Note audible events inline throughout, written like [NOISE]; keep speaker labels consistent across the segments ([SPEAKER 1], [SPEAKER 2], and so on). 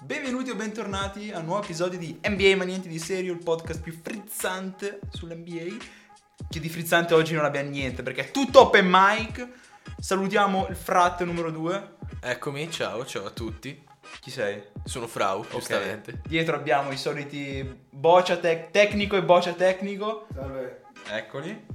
[SPEAKER 1] Benvenuti o bentornati a un nuovo episodio di NBA ma niente di serio, il podcast più frizzante sull'NBA. Che di frizzante oggi non abbiamo niente perché è tutto open mic. Salutiamo il frat numero 2.
[SPEAKER 2] Eccomi, ciao, ciao a tutti.
[SPEAKER 1] Chi sei?
[SPEAKER 2] Sono Frau, giustamente.
[SPEAKER 1] Dietro abbiamo i soliti boccia tec- tecnico e boccia tecnico.
[SPEAKER 3] Salve.
[SPEAKER 1] Eccoli.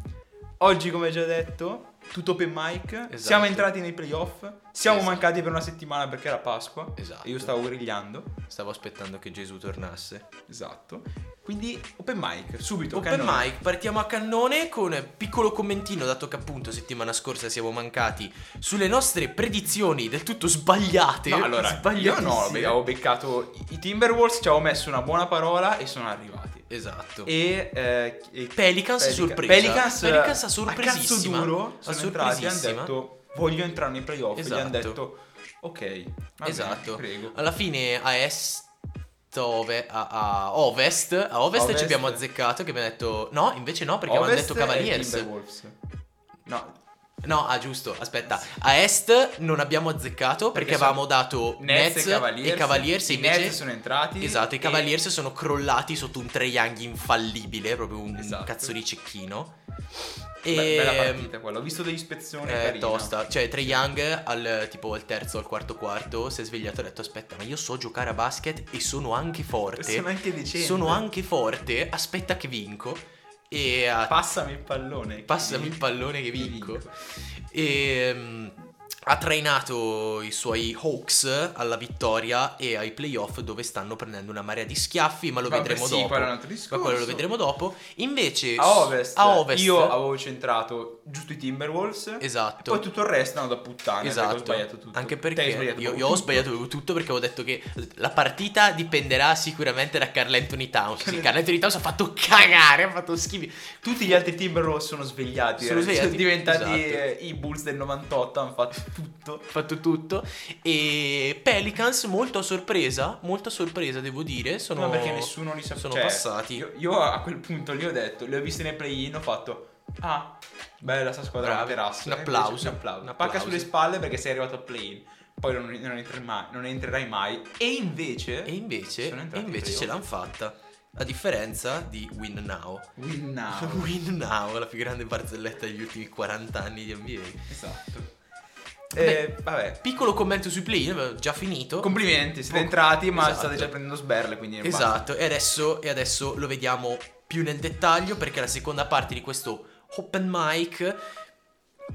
[SPEAKER 1] Oggi, come già detto, tutto open mic. Siamo entrati nei playoff. Siamo
[SPEAKER 2] Esatto.
[SPEAKER 1] mancati per una settimana perché era Pasqua.
[SPEAKER 2] Esatto.
[SPEAKER 1] E io stavo grigliando.
[SPEAKER 2] Stavo aspettando che Gesù tornasse.
[SPEAKER 1] Esatto. Quindi open mic, subito.
[SPEAKER 2] Open
[SPEAKER 1] cannone.
[SPEAKER 2] mic, partiamo a cannone con un piccolo commentino, dato che appunto settimana scorsa siamo mancati sulle nostre predizioni del tutto sbagliate.
[SPEAKER 1] No, allora, io
[SPEAKER 2] Sbagliatissime.
[SPEAKER 1] no, avevo beccato i Timberwolves, ci avevo messo una buona parola e sono arrivati.
[SPEAKER 2] Esatto.
[SPEAKER 1] E, eh, e-
[SPEAKER 2] Pelicans
[SPEAKER 1] Pelica-
[SPEAKER 2] sorpresa.
[SPEAKER 1] Pelicans,
[SPEAKER 2] Pelicans a
[SPEAKER 1] eh,
[SPEAKER 2] sorpresissima.
[SPEAKER 1] A cazzo duro,
[SPEAKER 2] A
[SPEAKER 1] sono entrati e hanno
[SPEAKER 2] sorpresissima.
[SPEAKER 1] detto voglio entrare nei playoff. Gli hanno
[SPEAKER 2] Esatto.
[SPEAKER 1] detto ok, va bene,
[SPEAKER 2] esatto.
[SPEAKER 1] ti prego.
[SPEAKER 2] Alla fine a est. ove- a, a ovest, a ovest,
[SPEAKER 1] Ovest.
[SPEAKER 2] ci abbiamo azzeccato che abbiamo detto no, invece no perché
[SPEAKER 1] Ovest
[SPEAKER 2] avevano detto
[SPEAKER 1] e
[SPEAKER 2] Cavaliers.
[SPEAKER 1] Timberwolves. No,
[SPEAKER 2] No, ah giusto, aspetta. A est non abbiamo azzeccato perché,
[SPEAKER 1] Perché
[SPEAKER 2] avevamo dato Nets, e Cavaliers,
[SPEAKER 1] i
[SPEAKER 2] invece
[SPEAKER 1] Nets sono entrati.
[SPEAKER 2] Esatto, i
[SPEAKER 1] e-
[SPEAKER 2] Cavaliers sono crollati sotto un Young infallibile, proprio un
[SPEAKER 1] Esatto.
[SPEAKER 2] cazzo di cecchino.
[SPEAKER 1] Be-
[SPEAKER 2] E
[SPEAKER 1] Bella partita quella, ho visto degli spezzoni
[SPEAKER 2] eh,
[SPEAKER 1] carina.
[SPEAKER 2] tosta, cioè Trae Young al tipo al terzo, al quarto quarto, si è svegliato e ha detto "Aspetta, ma io so giocare a basket e sono anche forte.
[SPEAKER 1] Sono anche decente.
[SPEAKER 2] Sono anche forte, aspetta che vinco." E ha
[SPEAKER 1] Passami il pallone.
[SPEAKER 2] Ah. Passami il pallone che vinco. E, mm, ha trainato i suoi Hawks alla vittoria e ai playoff dove stanno prendendo una marea di schiaffi, ma lo
[SPEAKER 1] Vabbè,
[SPEAKER 2] vedremo
[SPEAKER 1] sì,
[SPEAKER 2] dopo.
[SPEAKER 1] quello è un altro
[SPEAKER 2] Ma quello lo
[SPEAKER 1] discorso.
[SPEAKER 2] vedremo dopo. Invece
[SPEAKER 1] A ovest,
[SPEAKER 2] a ovest-
[SPEAKER 1] io avevo centrato giusto i Timberwolves.
[SPEAKER 2] Esatto.
[SPEAKER 1] Poi tutto il resto è andato a puttane. Perché ho
[SPEAKER 2] Esatto,
[SPEAKER 1] sbagliato tutto.
[SPEAKER 2] anche
[SPEAKER 1] Te hai
[SPEAKER 2] perché
[SPEAKER 1] sbagliato
[SPEAKER 2] io,
[SPEAKER 1] proprio
[SPEAKER 2] io ho
[SPEAKER 1] tutto.
[SPEAKER 2] sbagliato tutto perché avevo detto che la partita dipenderà sicuramente da Carl Anthony
[SPEAKER 1] [LAUGHS]
[SPEAKER 2] Towns. Sì, Carl Anthony Towns ha fatto cagare, ha fatto schifo.
[SPEAKER 1] [LAUGHS] Tutti gli altri Timberwolves sono svegliati.
[SPEAKER 2] Sono
[SPEAKER 1] eh, sono
[SPEAKER 2] svegliati,
[SPEAKER 1] diventati
[SPEAKER 2] esatto.
[SPEAKER 1] eh, i Bulls del 98. Hanno fatto tutto.
[SPEAKER 2] Ha fatto tutto. E Pelicans molto a sorpresa, molto a sorpresa devo dire, sono
[SPEAKER 1] No, perché nessuno li sapeva.
[SPEAKER 2] sono passati.
[SPEAKER 1] Cioè, Io, io a quel punto lì ho detto, li ho visti nei play-in, ho fatto. Ah, bella sta squadra
[SPEAKER 2] Bravi.
[SPEAKER 1] di terrazzo.
[SPEAKER 2] Un
[SPEAKER 1] E invece
[SPEAKER 2] applauso,
[SPEAKER 1] Un applauso.
[SPEAKER 2] un
[SPEAKER 1] Una
[SPEAKER 2] applauso.
[SPEAKER 1] pacca sulle spalle perché sei arrivato al play-in. Poi non, non entri mai- non entrerai mai. E invece.
[SPEAKER 2] E invece,
[SPEAKER 1] sono
[SPEAKER 2] e
[SPEAKER 1] entrati in
[SPEAKER 2] invece ce
[SPEAKER 1] playoff.
[SPEAKER 2] l'hanno fatta. A differenza di Win Now.
[SPEAKER 1] [LAUGHS] Win now.
[SPEAKER 2] [LAUGHS] Win Now, la più grande barzelletta degli ultimi 40 anni di NBA.
[SPEAKER 1] esatto.
[SPEAKER 2] Beh,
[SPEAKER 1] Eh, vabbè.
[SPEAKER 2] Piccolo commento sui play, avevo già finito.
[SPEAKER 1] Complimenti, siete
[SPEAKER 2] Poco-
[SPEAKER 1] entrati, ma
[SPEAKER 2] esatto.
[SPEAKER 1] state già prendendo sberle. Quindi
[SPEAKER 2] Esatto, e adesso, e adesso lo vediamo più nel dettaglio perché la seconda parte di questo open mic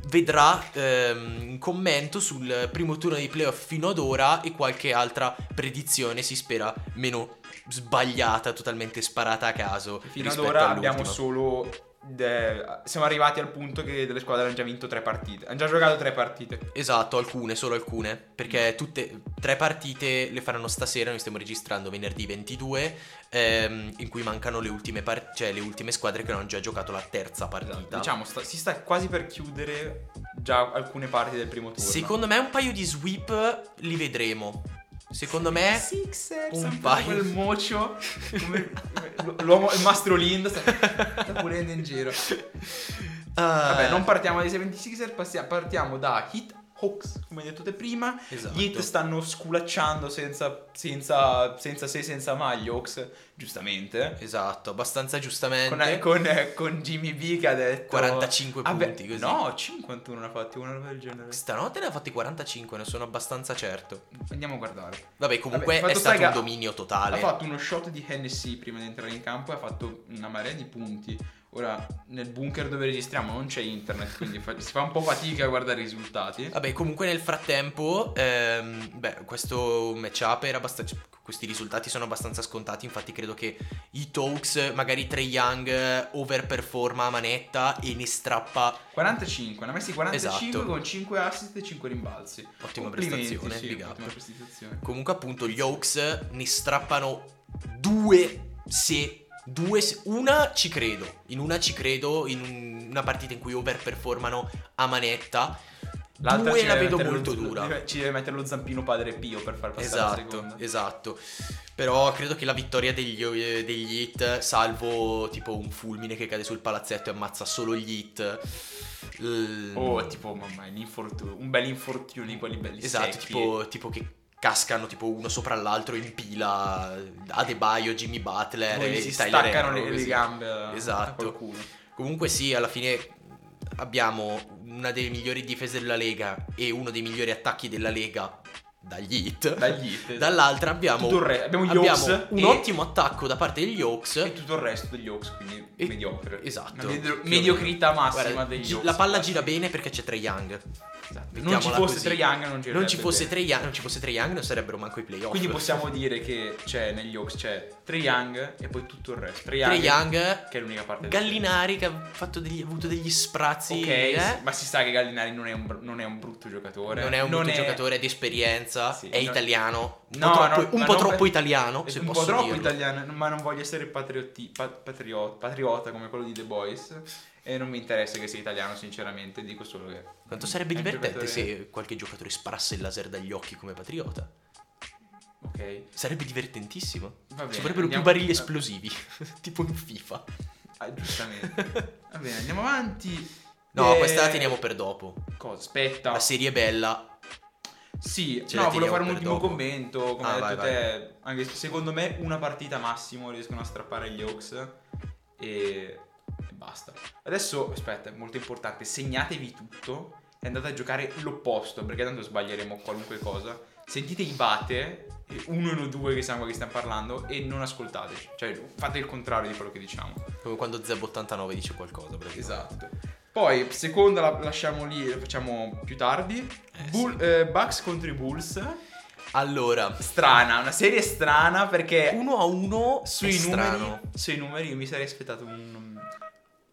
[SPEAKER 2] vedrà ehm, un commento sul primo turno di playoff fino ad ora e qualche altra predizione, si spera meno sbagliata, totalmente sparata a caso.
[SPEAKER 1] Fino ad
[SPEAKER 2] rispetto
[SPEAKER 1] ora abbiamo
[SPEAKER 2] all'ultima.
[SPEAKER 1] solo. de- siamo arrivati al punto che delle squadre hanno già vinto tre partite. Hanno già giocato tre partite.
[SPEAKER 2] Esatto, alcune, solo alcune, perché tutte tre partite le faranno stasera, noi stiamo registrando venerdì 22, ehm, in cui mancano le ultime, par- cioè, le ultime squadre che non hanno già giocato la terza partita.
[SPEAKER 1] Esatto. Diciamo, sta- si sta quasi per chiudere già alcune parti del primo turno.
[SPEAKER 2] Secondo me un paio di sweep li vedremo. Secondo me
[SPEAKER 1] Sixers,
[SPEAKER 2] un
[SPEAKER 1] sempre
[SPEAKER 2] paio.
[SPEAKER 1] quel mocio.
[SPEAKER 2] [LAUGHS]
[SPEAKER 1] come- come l'uomo, il mastro Lind sta, sta pulendo in giro. Eh,
[SPEAKER 2] Ah,
[SPEAKER 1] Vabbè, non partiamo dai 76er, passia- partiamo da Hit Hawks, come hai detto te prima.
[SPEAKER 2] Esatto.
[SPEAKER 1] Gli Heat stanno sculacciando senza, senza, senza se, senza ma gli Hawks, giustamente.
[SPEAKER 2] Esatto, abbastanza giustamente.
[SPEAKER 1] Con, eh, con, eh, con Jimmy B che ha detto
[SPEAKER 2] 45
[SPEAKER 1] "Vabbè,
[SPEAKER 2] punti, così.
[SPEAKER 1] No, 51 ne ha fatti, una roba del genere.
[SPEAKER 2] Stanotte ne ha fatti 45, ne sono abbastanza certo.
[SPEAKER 1] Andiamo a guardare.
[SPEAKER 2] Vabbè,
[SPEAKER 1] Vabbè,
[SPEAKER 2] comunque
[SPEAKER 1] fatto
[SPEAKER 2] è stato
[SPEAKER 1] sta che
[SPEAKER 2] un
[SPEAKER 1] ha-
[SPEAKER 2] dominio totale.
[SPEAKER 1] Ha fatto uno shot di Hennessy prima di entrare in campo e ha fatto una marea di punti. Ora, nel bunker dove registriamo non c'è internet, quindi fa- si fa un po' fatica a guardare i risultati.
[SPEAKER 2] Vabbè, comunque nel frattempo, ehm, beh, questo matchup era abbastanza. Questi risultati sono abbastanza scontati. Infatti, credo che i Talks, magari Trey Young, eh, overperforma a manetta e ne strappa
[SPEAKER 1] 45, ne ha messi 45
[SPEAKER 2] Esatto.
[SPEAKER 1] con 5 assist e 5 rimbalzi.
[SPEAKER 2] Ottima
[SPEAKER 1] Complimenti,
[SPEAKER 2] prestazione,
[SPEAKER 1] sì,
[SPEAKER 2] big up.
[SPEAKER 1] ottima prestazione.
[SPEAKER 2] Comunque, appunto, gli Hawks ne strappano due se. Due, se- una ci credo, in una ci credo, in un- una partita in cui overperformano a manetta, due
[SPEAKER 1] ci
[SPEAKER 2] la
[SPEAKER 1] deve
[SPEAKER 2] vedo
[SPEAKER 1] mettere
[SPEAKER 2] molto
[SPEAKER 1] lo-
[SPEAKER 2] dura.
[SPEAKER 1] deve- Ci deve mettere lo zampino padre Pio per far passare la
[SPEAKER 2] Esatto,
[SPEAKER 1] seconda.
[SPEAKER 2] esatto. Però credo che la vittoria degli, eh, degli Heat, salvo tipo un fulmine che cade sul palazzetto e ammazza solo gli Heat, l-
[SPEAKER 1] Oh, è tipo, mamma, un, infortunio, un bel infortunio di quelli belli
[SPEAKER 2] Esatto,
[SPEAKER 1] secchi.
[SPEAKER 2] tipo, tipo che cascano tipo uno sopra l'altro in pila Adebayo, Jimmy Butler
[SPEAKER 1] Poi
[SPEAKER 2] e
[SPEAKER 1] gli si
[SPEAKER 2] eh, Tyler
[SPEAKER 1] staccano
[SPEAKER 2] Herro,
[SPEAKER 1] le, le
[SPEAKER 2] così.
[SPEAKER 1] gambe a- a
[SPEAKER 2] Esatto.
[SPEAKER 1] qualcuno.
[SPEAKER 2] Comunque sì, alla fine abbiamo una delle migliori difese della Lega e uno dei migliori attacchi della Lega dagli hit.
[SPEAKER 1] Dagli hit.
[SPEAKER 2] Dall'altra abbiamo,
[SPEAKER 1] Tutto il re- abbiamo gli
[SPEAKER 2] abbiamo
[SPEAKER 1] Hawks
[SPEAKER 2] un
[SPEAKER 1] e-
[SPEAKER 2] ottimo attacco da parte degli
[SPEAKER 1] E
[SPEAKER 2] Hawks.
[SPEAKER 1] tutto il resto degli Hawks, quindi
[SPEAKER 2] E-
[SPEAKER 1] mediocre.
[SPEAKER 2] Esatto.
[SPEAKER 1] Una medio-
[SPEAKER 2] Più o
[SPEAKER 1] mediocrità
[SPEAKER 2] meno.
[SPEAKER 1] massima
[SPEAKER 2] Guarda,
[SPEAKER 1] degli
[SPEAKER 2] gi-
[SPEAKER 1] Hawks.
[SPEAKER 2] La palla gira bene perché c'è Trae Young.
[SPEAKER 1] Esatto. Non
[SPEAKER 2] Mettiamola
[SPEAKER 1] ci fosse
[SPEAKER 2] così.
[SPEAKER 1] Trae Young non girerebbe
[SPEAKER 2] Non ci fosse
[SPEAKER 1] bene.
[SPEAKER 2] Trae Young, non ci fosse Trae Young non sarebbero manco i playoff.
[SPEAKER 1] Quindi possiamo dire che c'è negli Hawks c'è Trae Young e poi tutto il resto. Trae
[SPEAKER 2] Trae
[SPEAKER 1] Young,
[SPEAKER 2] Young,
[SPEAKER 1] che è l'unica parte del
[SPEAKER 2] Gallinari che ha fatto degli- avuto degli sprazzi.
[SPEAKER 1] Ok,
[SPEAKER 2] eh?
[SPEAKER 1] sì, ma si sa che Gallinari non è un, br- non è un brutto giocatore.
[SPEAKER 2] Non è un brutto giocatore, è di esperienza,
[SPEAKER 1] Sì,
[SPEAKER 2] è
[SPEAKER 1] no-
[SPEAKER 2] italiano. Un
[SPEAKER 1] No,
[SPEAKER 2] po'
[SPEAKER 1] no,
[SPEAKER 2] troppo, un
[SPEAKER 1] ma
[SPEAKER 2] po'
[SPEAKER 1] non-
[SPEAKER 2] troppo italiano,
[SPEAKER 1] È
[SPEAKER 2] se
[SPEAKER 1] un po'
[SPEAKER 2] posso
[SPEAKER 1] troppo
[SPEAKER 2] dirlo.
[SPEAKER 1] italiano, ma non voglio essere patriotti- pa- patriota, patriota come quello di The Boys. E non mi interessa che sia italiano, sinceramente. Dico solo che.
[SPEAKER 2] Quanto sarebbe
[SPEAKER 1] è un
[SPEAKER 2] divertente
[SPEAKER 1] giocatore-
[SPEAKER 2] se qualche giocatore sparasse il laser dagli occhi come patriota.
[SPEAKER 1] Ok.
[SPEAKER 2] Sarebbe divertentissimo.
[SPEAKER 1] Va bene,
[SPEAKER 2] Ci vorrebbero
[SPEAKER 1] andiamo-
[SPEAKER 2] più barili esplosivi, [LAUGHS] tipo in FIFA.
[SPEAKER 1] Ah, giustamente. Va bene, andiamo avanti.
[SPEAKER 2] No,
[SPEAKER 1] Eh,
[SPEAKER 2] questa la teniamo per dopo.
[SPEAKER 1] Cosa? Aspetta.
[SPEAKER 2] La serie è bella.
[SPEAKER 1] Sì,
[SPEAKER 2] Ce
[SPEAKER 1] no,
[SPEAKER 2] la
[SPEAKER 1] volevo
[SPEAKER 2] teniamo
[SPEAKER 1] fare un
[SPEAKER 2] per
[SPEAKER 1] ultimo
[SPEAKER 2] dopo.
[SPEAKER 1] commento. Come
[SPEAKER 2] Ah,
[SPEAKER 1] hai
[SPEAKER 2] vai,
[SPEAKER 1] detto te, anche se secondo me una partita massimo riescono a strappare gli Hawks e... e basta. Adesso, aspetta, è molto importante, segnatevi tutto e andate a giocare l'opposto, perché tanto sbaglieremo qualunque cosa. Sentite i bate, eh, uno e uno due che sanno che stiamo parlando, e non ascoltateci. Cioè, fate il contrario di quello che diciamo.
[SPEAKER 2] Come quando Zeb89 dice qualcosa. praticamente.
[SPEAKER 1] Esatto. Poi, seconda la lasciamo lì, la facciamo più tardi.
[SPEAKER 2] sì.
[SPEAKER 1] Bull- eh, Bucks contro i Bulls.
[SPEAKER 2] Allora,
[SPEAKER 1] Strana, una serie strana perché
[SPEAKER 2] uno a uno è
[SPEAKER 1] sui numeri,
[SPEAKER 2] strano.
[SPEAKER 1] sui numeri io mi sarei aspettato un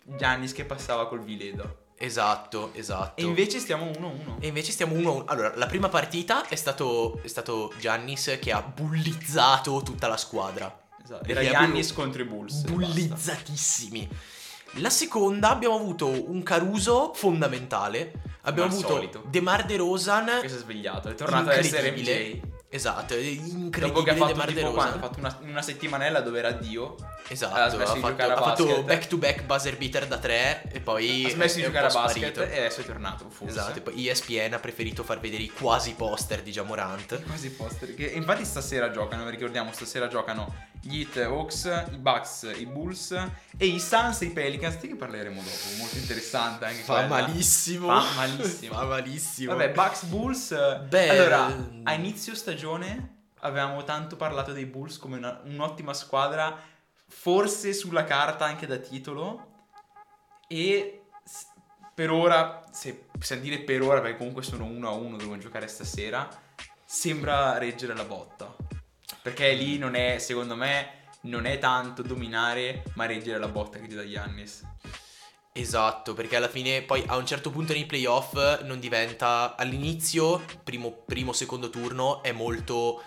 [SPEAKER 1] Giannis che passava col Viledo.
[SPEAKER 2] Esatto, esatto.
[SPEAKER 1] E invece stiamo 1-1.
[SPEAKER 2] E invece stiamo 1 a 1. Allora, la prima partita è stato, è stato Giannis che ha bullizzato tutta la squadra.
[SPEAKER 1] Esatto. Era
[SPEAKER 2] Perché
[SPEAKER 1] Giannis
[SPEAKER 2] abbiamo-
[SPEAKER 1] contro i Bulls. e basta.
[SPEAKER 2] Bullizzatissimi. La seconda abbiamo avuto un Caruso fondamentale. Abbiamo
[SPEAKER 1] al
[SPEAKER 2] avuto
[SPEAKER 1] solito.
[SPEAKER 2] Demar De Rosan.
[SPEAKER 1] Che si è svegliato, è tornato ad essere MJ.
[SPEAKER 2] Esatto, è
[SPEAKER 1] Dopo che
[SPEAKER 2] incredibile
[SPEAKER 1] ha fatto,
[SPEAKER 2] Demar De
[SPEAKER 1] tipo,
[SPEAKER 2] Rosan.
[SPEAKER 1] quanto? ha fatto una, una settimanella dove era Dio. ha
[SPEAKER 2] Esatto,
[SPEAKER 1] smesso
[SPEAKER 2] ha
[SPEAKER 1] di
[SPEAKER 2] fatto,
[SPEAKER 1] giocare a
[SPEAKER 2] ha fatto
[SPEAKER 1] basket.
[SPEAKER 2] back-to-back buzzer beater da tre e poi
[SPEAKER 1] ha smesso di
[SPEAKER 2] è un
[SPEAKER 1] giocare a
[SPEAKER 2] po'
[SPEAKER 1] basket
[SPEAKER 2] sparito.
[SPEAKER 1] e adesso è tornato. Forse.
[SPEAKER 2] Esatto, e poi ESPN ha preferito far vedere i quasi poster di Jamorant.
[SPEAKER 1] Quasi poster. Che infatti stasera giocano, ricordiamo, stasera giocano gli Heat Hawks, i Bucks, i Bulls e i Suns e i Pelicans. Di che parleremo dopo. Molto interessante anche
[SPEAKER 2] Fa
[SPEAKER 1] quella.
[SPEAKER 2] malissimo.
[SPEAKER 1] Fa malissimo.
[SPEAKER 2] [LAUGHS] Fa malissimo.
[SPEAKER 1] Vabbè, Bucks Bulls. eh,
[SPEAKER 2] Beh,
[SPEAKER 1] allora,
[SPEAKER 2] ehm.
[SPEAKER 1] a inizio stagione avevamo tanto parlato dei Bulls come una- un'ottima squadra, forse sulla carta anche da titolo. E s- per ora, se possiamo dire per ora, perché comunque sono 1 a 1, dobbiamo giocare stasera. Sembra reggere la botta. Perché lì non è, secondo me, non è tanto dominare, ma reggere la botta che ti dà Giannis.
[SPEAKER 2] Esatto, perché alla fine poi a un certo punto nei playoff non diventa... All'inizio, primo, primo secondo turno, è molto...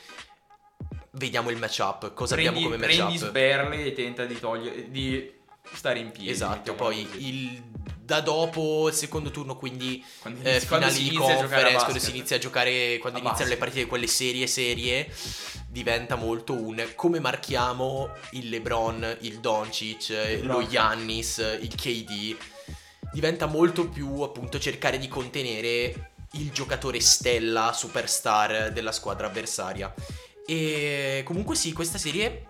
[SPEAKER 2] Vediamo il matchup, cosa
[SPEAKER 1] prendi,
[SPEAKER 2] abbiamo come
[SPEAKER 1] prendi
[SPEAKER 2] matchup.
[SPEAKER 1] sberle e tenta di togliere di stare in piedi.
[SPEAKER 2] esatto,
[SPEAKER 1] mettiamola
[SPEAKER 2] poi
[SPEAKER 1] così.
[SPEAKER 2] il... Da dopo il secondo turno, quindi
[SPEAKER 1] quando,
[SPEAKER 2] eh,
[SPEAKER 1] inizi- quando
[SPEAKER 2] finali
[SPEAKER 1] si
[SPEAKER 2] di
[SPEAKER 1] inizia a giocare a
[SPEAKER 2] conference, quando
[SPEAKER 1] basket.
[SPEAKER 2] si inizia a giocare, quando
[SPEAKER 1] A
[SPEAKER 2] iniziano le
[SPEAKER 1] basket.
[SPEAKER 2] partite di quelle serie serie, diventa molto un come marchiamo il LeBron, il Doncic, eh, lo
[SPEAKER 1] Esatto.
[SPEAKER 2] Giannis, eh, il KD. Diventa molto più appunto cercare di contenere il giocatore stella, superstar della squadra avversaria. E comunque sì, questa serie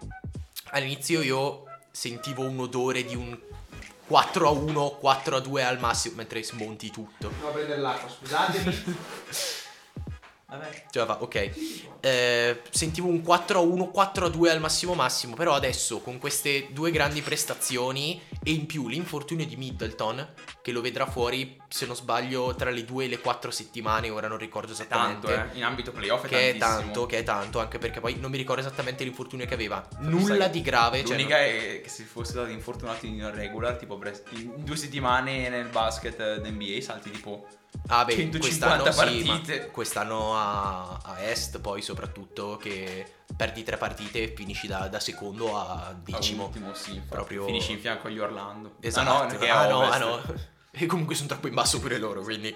[SPEAKER 2] all'inizio io sentivo un odore di un 4 a 1, 4 a 2 al massimo, mentre smonti tutto.
[SPEAKER 1] Vado a prendere l'acqua, scusatemi. [LAUGHS] Vabbè.
[SPEAKER 2] Cioè, va, ok. Eh, sentivo un 4 a 1, 4 a 2 al massimo massimo, però adesso con queste due grandi prestazioni e in più l'infortunio di Middleton, che lo vedrà fuori, se non sbaglio, tra le 2 e le 4 settimane, ora non ricordo esattamente.
[SPEAKER 1] Tanto, eh. In ambito playoff è
[SPEAKER 2] Che è
[SPEAKER 1] tantissimo.
[SPEAKER 2] tanto, che è tanto, anche perché poi non mi ricordo esattamente l'infortunio che aveva.
[SPEAKER 1] Sai
[SPEAKER 2] Nulla
[SPEAKER 1] che
[SPEAKER 2] di grave. Cioè,
[SPEAKER 1] L'unica è che se fosse stato infortunato in una regular, tipo Brest- in due settimane nel basket eh, d'NBA salti tipo
[SPEAKER 2] Ah, beh,
[SPEAKER 1] 150
[SPEAKER 2] quest'anno sì,
[SPEAKER 1] partite.
[SPEAKER 2] ma quest'anno a, a Est, poi soprattutto, che perdi tre partite e finisci da, da secondo a decimo.
[SPEAKER 1] Ultimo, sì, infatti.
[SPEAKER 2] Proprio-
[SPEAKER 1] Finisci in fianco agli Orlando.
[SPEAKER 2] Esatto.
[SPEAKER 1] Ah no, perché è
[SPEAKER 2] Ah, no,
[SPEAKER 1] ovest.
[SPEAKER 2] ah, no. E comunque sono troppo in basso pure loro, quindi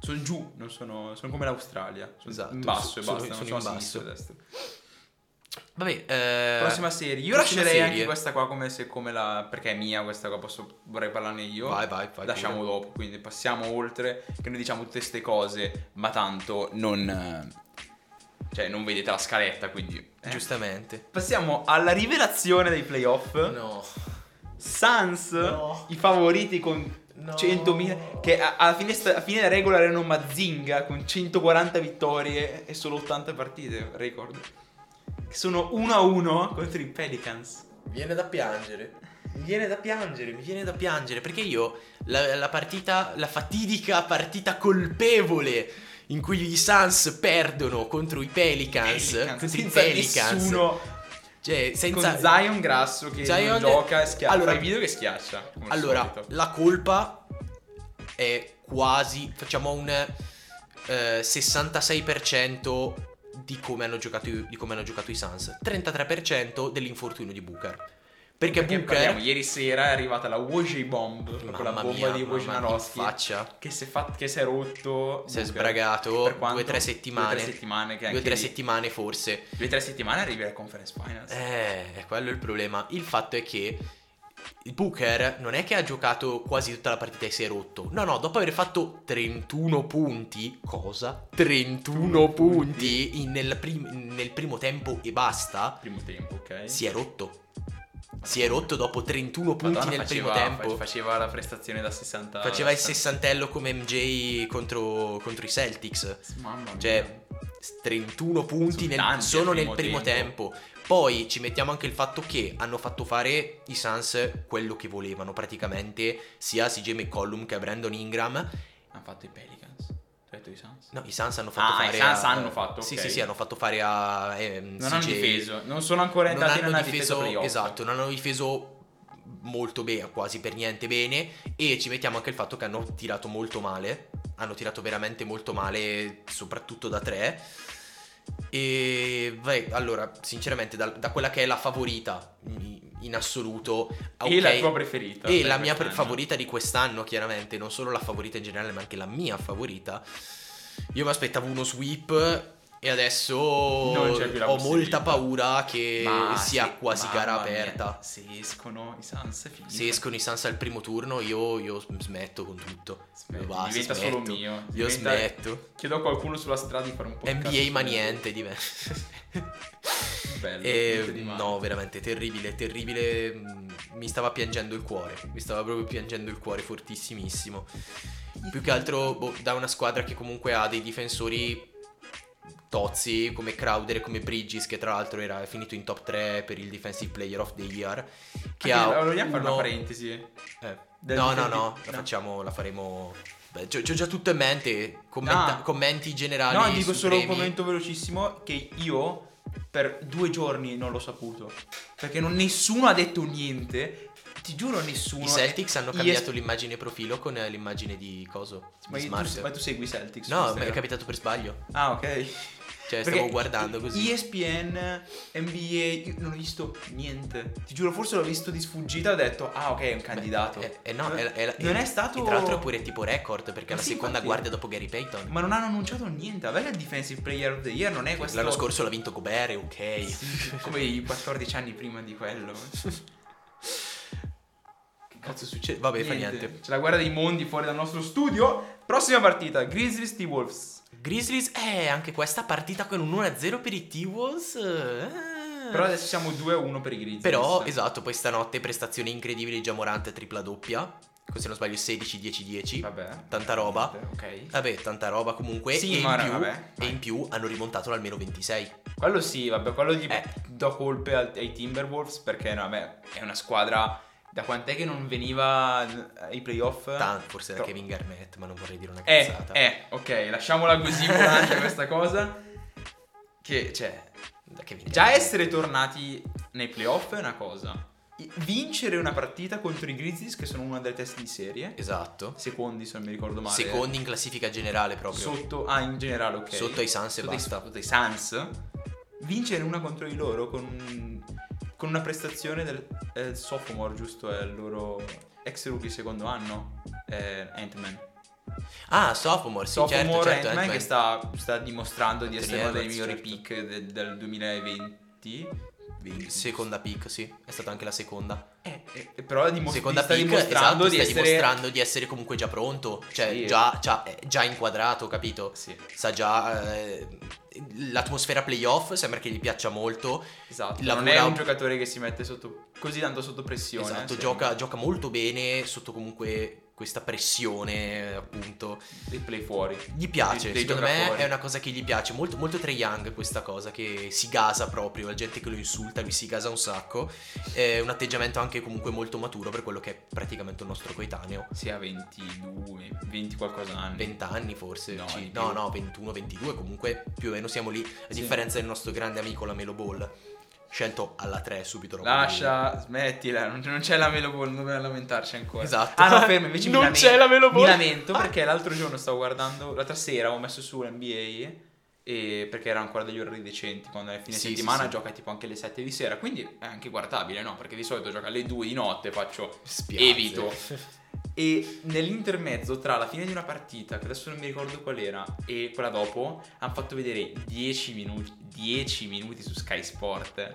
[SPEAKER 1] Sono giù, non sono, sono come l'Australia. Sono
[SPEAKER 2] Esatto,
[SPEAKER 1] in basso e
[SPEAKER 2] sono-
[SPEAKER 1] basta,
[SPEAKER 2] sono
[SPEAKER 1] non
[SPEAKER 2] in
[SPEAKER 1] sono a sinistra e a destra.
[SPEAKER 2] Vabbè, eh,
[SPEAKER 1] Prossima serie. Io
[SPEAKER 2] prossima
[SPEAKER 1] lascerei
[SPEAKER 2] serie.
[SPEAKER 1] anche questa qua come se come la. Perché è mia questa qua, posso, vorrei parlarne io.
[SPEAKER 2] Vai, vai, vai.
[SPEAKER 1] Lasciamo
[SPEAKER 2] pure.
[SPEAKER 1] dopo, quindi passiamo oltre. Che noi diciamo tutte queste cose, ma tanto non. eh, Cioè, non vedete la scaletta, quindi. eh.
[SPEAKER 2] Giustamente.
[SPEAKER 1] Passiamo alla rivelazione dei playoff.
[SPEAKER 2] No.
[SPEAKER 1] Sans,
[SPEAKER 2] No.
[SPEAKER 1] i favoriti con.
[SPEAKER 2] No.
[SPEAKER 1] 100.000 che a- alla fine, sta- a fine regola erano Mazinga con 140 vittorie e solo 80 partite, record. Che sono 1-1 contro i Pelicans.
[SPEAKER 2] Viene da piangere. Mi viene da piangere, mi viene da piangere. Perché io la, la partita, la fatidica partita colpevole in cui gli Suns perdono contro i Pelicans. contro i
[SPEAKER 1] senza nessuno
[SPEAKER 2] Cioè, senza
[SPEAKER 1] con Zion grasso che
[SPEAKER 2] Zion-
[SPEAKER 1] non gioca e schiaccia
[SPEAKER 2] Allora-
[SPEAKER 1] allora, i video che schiaccia come al
[SPEAKER 2] Allora,
[SPEAKER 1] solito.
[SPEAKER 2] la colpa è quasi, facciamo un eh, 66% di come, hanno giocato, i- di come hanno giocato i Suns, 33% dell'infortunio di Booker. Perché,
[SPEAKER 1] Perché parliamo,
[SPEAKER 2] Booker...
[SPEAKER 1] ieri sera è arrivata la Woj bomb con la
[SPEAKER 2] Mamma
[SPEAKER 1] bomba
[SPEAKER 2] mia,
[SPEAKER 1] di
[SPEAKER 2] mamma mia, in
[SPEAKER 1] Wojnarowski
[SPEAKER 2] faccia.
[SPEAKER 1] che si è fa- che si è rotto
[SPEAKER 2] Si è
[SPEAKER 1] Booker.
[SPEAKER 2] sbragato
[SPEAKER 1] Per quanto?
[SPEAKER 2] due o tre settimane.
[SPEAKER 1] due o tre settimane che
[SPEAKER 2] Due o tre
[SPEAKER 1] anche lì-
[SPEAKER 2] settimane forse.
[SPEAKER 1] due o tre settimane arrivi alla conference finals
[SPEAKER 2] Eh, è quello il problema. Il fatto è che il Booker non è che ha giocato quasi tutta la partita e si è rotto. No, no, dopo aver fatto 31 punti, cosa? 31 punti in- nel, prim- nel primo tempo e basta,
[SPEAKER 1] primo tempo ok
[SPEAKER 2] si è rotto. Si è rotto dopo 31 punti
[SPEAKER 1] Madonna,
[SPEAKER 2] nel
[SPEAKER 1] faceva,
[SPEAKER 2] primo tempo.
[SPEAKER 1] fa- faceva la prestazione da 60
[SPEAKER 2] Faceva il
[SPEAKER 1] da 60
[SPEAKER 2] sessantello come MJ contro, contro i Celtics.
[SPEAKER 1] mamma mia
[SPEAKER 2] Cioè, 31 punti
[SPEAKER 1] Sono
[SPEAKER 2] nel-
[SPEAKER 1] tanti
[SPEAKER 2] solo
[SPEAKER 1] al
[SPEAKER 2] nel
[SPEAKER 1] primo
[SPEAKER 2] primo tempo.
[SPEAKER 1] tempo.
[SPEAKER 2] Poi ci mettiamo anche il fatto che hanno fatto fare i Suns quello che volevano praticamente, sia a CJ McCollum che a Brandon Ingram.
[SPEAKER 1] hanno fatto i Pelicans tu hai detto i Suns
[SPEAKER 2] No, i Suns hanno fatto
[SPEAKER 1] Ah, i
[SPEAKER 2] fare
[SPEAKER 1] Suns
[SPEAKER 2] a-
[SPEAKER 1] hanno fatto,
[SPEAKER 2] Sì,
[SPEAKER 1] ok.
[SPEAKER 2] sì, sì, hanno fatto fare a ehm,
[SPEAKER 1] non
[SPEAKER 2] CJ.
[SPEAKER 1] hanno difeso non sono ancora
[SPEAKER 2] Non
[SPEAKER 1] entrati
[SPEAKER 2] hanno
[SPEAKER 1] nella difesa
[SPEAKER 2] difeso,
[SPEAKER 1] playoff.
[SPEAKER 2] esatto, non hanno difeso molto bene, quasi per niente bene e ci mettiamo anche il fatto che hanno tirato molto male, hanno tirato veramente molto male, soprattutto da tre. E vai, allora, sinceramente da, da quella che è la favorita in in assoluto Ah, ok,
[SPEAKER 1] E la tua preferita.
[SPEAKER 2] e
[SPEAKER 1] per
[SPEAKER 2] la mia pre-
[SPEAKER 1] quest'anno.
[SPEAKER 2] favorita di quest'anno, chiaramente, non solo la favorita in generale, ma anche la mia favorita. Io mi aspettavo uno sweep e adesso
[SPEAKER 1] Non c'è più la
[SPEAKER 2] ho molta
[SPEAKER 1] possibilità.
[SPEAKER 2] paura che
[SPEAKER 1] Ma
[SPEAKER 2] sia
[SPEAKER 1] sì,
[SPEAKER 2] quasi
[SPEAKER 1] mamma
[SPEAKER 2] gara
[SPEAKER 1] mia,
[SPEAKER 2] aperta.
[SPEAKER 1] Se escono i Sans, è finita.
[SPEAKER 2] Se escono i Sans al primo turno, io, io smetto con tutto.
[SPEAKER 1] Smetti,
[SPEAKER 2] Io basta,
[SPEAKER 1] diventa
[SPEAKER 2] smetto.
[SPEAKER 1] solo mio.
[SPEAKER 2] Io
[SPEAKER 1] diventa-
[SPEAKER 2] smetto.
[SPEAKER 1] Chiedo a qualcuno sulla strada di fare un po'
[SPEAKER 2] NBA ma niente
[SPEAKER 1] [LAUGHS]
[SPEAKER 2] di me.
[SPEAKER 1] Bello.
[SPEAKER 2] E,
[SPEAKER 1] niente di male.
[SPEAKER 2] Ehm, no, veramente terribile, terribile. mm, Mi stava piangendo il cuore. Mi stava proprio piangendo il cuore fortissimissimo. Più che altro boh, da una squadra che comunque ha dei difensori tozzi come Crowder e come Bridges, che tra l'altro era è finito in top 3 per il Defensive Player of the Year.
[SPEAKER 1] Anche-
[SPEAKER 2] Che ha
[SPEAKER 1] Ah, vogliamo fare
[SPEAKER 2] uno-
[SPEAKER 1] una parentesi?
[SPEAKER 2] eh,
[SPEAKER 1] Del
[SPEAKER 2] No, no,
[SPEAKER 1] difendi-
[SPEAKER 2] no, la
[SPEAKER 1] no.
[SPEAKER 2] facciamo, la faremo. Beh, c'ho, c'ho già tutto in mente. Commenta-
[SPEAKER 1] No.
[SPEAKER 2] Commenti generali.
[SPEAKER 1] Ah. no, dico
[SPEAKER 2] sui
[SPEAKER 1] solo un
[SPEAKER 2] premi.
[SPEAKER 1] commento velocissimo che io per due giorni non l'ho saputo. Perché non- nessuno ha detto niente. Ti giuro nessuno.
[SPEAKER 2] I Celtics hanno
[SPEAKER 1] Yes-
[SPEAKER 2] cambiato l'immagine profilo con eh, l'immagine di coso?
[SPEAKER 1] Ma,
[SPEAKER 2] Di
[SPEAKER 1] io-
[SPEAKER 2] Smart.
[SPEAKER 1] tu, ma tu segui i Celtics? su
[SPEAKER 2] no, mi è
[SPEAKER 1] Instagram?
[SPEAKER 2] capitato per sbaglio.
[SPEAKER 1] Ah, ok.
[SPEAKER 2] Cioè,
[SPEAKER 1] Perché
[SPEAKER 2] stavo guardando così.
[SPEAKER 1] ESPN, NBA, io non ho visto niente. Ti giuro, forse l'ho visto di sfuggita e ho detto, ah ok, è un candidato.
[SPEAKER 2] Eh, eh, no, è- è-
[SPEAKER 1] non
[SPEAKER 2] è-
[SPEAKER 1] è stato...
[SPEAKER 2] E tra l'altro è pure tipo record perché è
[SPEAKER 1] Ma
[SPEAKER 2] la
[SPEAKER 1] sì,
[SPEAKER 2] seconda
[SPEAKER 1] infatti.
[SPEAKER 2] guardia dopo Gary Payton.
[SPEAKER 1] Ma non hanno annunciato niente. A me il Defensive Player of the Year non è questo...
[SPEAKER 2] L'anno scorso l'ha vinto Gobert, ok.
[SPEAKER 1] Sì, come i 14 anni prima di
[SPEAKER 2] [LAUGHS]
[SPEAKER 1] quello.
[SPEAKER 2] Che cazzo succede? Vabbè, fa niente.
[SPEAKER 1] C'è la guerra dei mondi fuori dal nostro studio. Prossima partita, Grizzlies T-Wolves.
[SPEAKER 2] Grizzlies, eh, anche questa partita con un 1-0 per i T-Wolves. eh.
[SPEAKER 1] Però adesso siamo 2-1 per i Grizzlies.
[SPEAKER 2] Però, esatto, poi stanotte prestazioni incredibili di Giamorant tripla doppia. Con, se non sbaglio 16-10-10.
[SPEAKER 1] Vabbè.
[SPEAKER 2] Tanta roba.
[SPEAKER 1] Ok.
[SPEAKER 2] Vabbè, tanta roba comunque.
[SPEAKER 1] Sì,
[SPEAKER 2] e, in
[SPEAKER 1] ma
[SPEAKER 2] più,
[SPEAKER 1] vabbè. Eh,
[SPEAKER 2] e in più hanno rimontato almeno 26.
[SPEAKER 1] Quello sì, vabbè, quello gli
[SPEAKER 2] Eh.
[SPEAKER 1] do colpe al- ai Timberwolves perché no, vabbè, è una squadra da quant'è che non veniva ai playoff?
[SPEAKER 2] Tanto, forse era
[SPEAKER 1] Tro-
[SPEAKER 2] Kevin Garnett, ma non vorrei dire una
[SPEAKER 1] Eh,
[SPEAKER 2] cazzata.
[SPEAKER 1] eh, ok, lasciamola così volante questa cosa che cioè
[SPEAKER 2] Da Kevin
[SPEAKER 1] già
[SPEAKER 2] Garnett.
[SPEAKER 1] essere tornati nei playoff è una cosa. I- Vincere una partita contro i Grizzlies che sono una delle teste di serie,
[SPEAKER 2] Esatto.
[SPEAKER 1] secondi se non mi ricordo male. eh.
[SPEAKER 2] Secondi in classifica generale proprio.
[SPEAKER 1] sotto ah, in generale, ok.
[SPEAKER 2] Sotto ai Suns e
[SPEAKER 1] Sotto ai-
[SPEAKER 2] basta.
[SPEAKER 1] sotto ai Suns. Vincere una contro di loro con, con una prestazione del eh, sophomore, giusto? È il loro ex rookie secondo anno, eh, Ant-Man.
[SPEAKER 2] Ah, sophomore, sì, certo,
[SPEAKER 1] sophomore
[SPEAKER 2] certo.
[SPEAKER 1] Ant-Man
[SPEAKER 2] Ant-Man. certo.
[SPEAKER 1] che sta, sta dimostrando di
[SPEAKER 2] Anthony
[SPEAKER 1] essere uno dei
[SPEAKER 2] Edwards,
[SPEAKER 1] migliori
[SPEAKER 2] certo.
[SPEAKER 1] pick de- del 2020 20, 20.
[SPEAKER 2] Seconda pick, sì, è stata anche la seconda.
[SPEAKER 1] Eh, eh, però la dimos-
[SPEAKER 2] seconda
[SPEAKER 1] sta
[SPEAKER 2] pick,
[SPEAKER 1] dimostrando
[SPEAKER 2] esatto,
[SPEAKER 1] di
[SPEAKER 2] stai
[SPEAKER 1] essere
[SPEAKER 2] dimostrando di essere comunque già pronto, cioè
[SPEAKER 1] Sì.
[SPEAKER 2] già, già- è già inquadrato, capito?
[SPEAKER 1] Sì,
[SPEAKER 2] Sa già eh, l'atmosfera playoff, sembra che gli piaccia molto.
[SPEAKER 1] esatto.
[SPEAKER 2] Lavora-
[SPEAKER 1] Non è un giocatore che si mette sotto, così tanto sotto pressione. cioè,
[SPEAKER 2] Esatto,
[SPEAKER 1] sembra.
[SPEAKER 2] gioca, gioca molto bene sotto comunque questa pressione, appunto.
[SPEAKER 1] E play fuori.
[SPEAKER 2] Gli
[SPEAKER 1] Dei-
[SPEAKER 2] piace,
[SPEAKER 1] dei
[SPEAKER 2] secondo me
[SPEAKER 1] giocatori.
[SPEAKER 2] è una cosa che gli piace, molto, molto Trae Young questa cosa, che si gasa proprio, la gente che lo insulta, lui si gasa un sacco, è un atteggiamento anche comunque molto maturo per quello che è praticamente il nostro coetaneo,
[SPEAKER 1] Sì, ha 22, 20 qualcosa anni.
[SPEAKER 2] 20 anni forse,
[SPEAKER 1] No,
[SPEAKER 2] ci-
[SPEAKER 1] di più.
[SPEAKER 2] no, no, 21, 22 comunque più o meno siamo lì, a
[SPEAKER 1] Sì.
[SPEAKER 2] differenza del nostro grande amico la Melo Ball, scelto alla 3 subito dopo.
[SPEAKER 1] Lascia, smettila, non, non c'è la Melo Ball, non dobbiamo lamentarci ancora.
[SPEAKER 2] Esatto. [LAUGHS]
[SPEAKER 1] Ah no, fermo, invece
[SPEAKER 2] Non
[SPEAKER 1] mi lamento,
[SPEAKER 2] c'è la Melo Ball. Ah,
[SPEAKER 1] Mi lamento perché l'altro giorno stavo guardando, l'altra sera ho messo su l'NBA e perché era ancora degli orari decenti quando è fine
[SPEAKER 2] Sì,
[SPEAKER 1] settimana
[SPEAKER 2] sì, sì.
[SPEAKER 1] gioca tipo anche alle 7 di sera, quindi è anche guardabile, no? Perché di solito gioca alle 2 di notte, faccio
[SPEAKER 2] Spiazze.
[SPEAKER 1] evito. E nell'intermezzo tra la fine di una partita, che adesso non mi ricordo qual era, e quella dopo, hanno fatto vedere 10 minuti, 10 minuti su Sky Sport.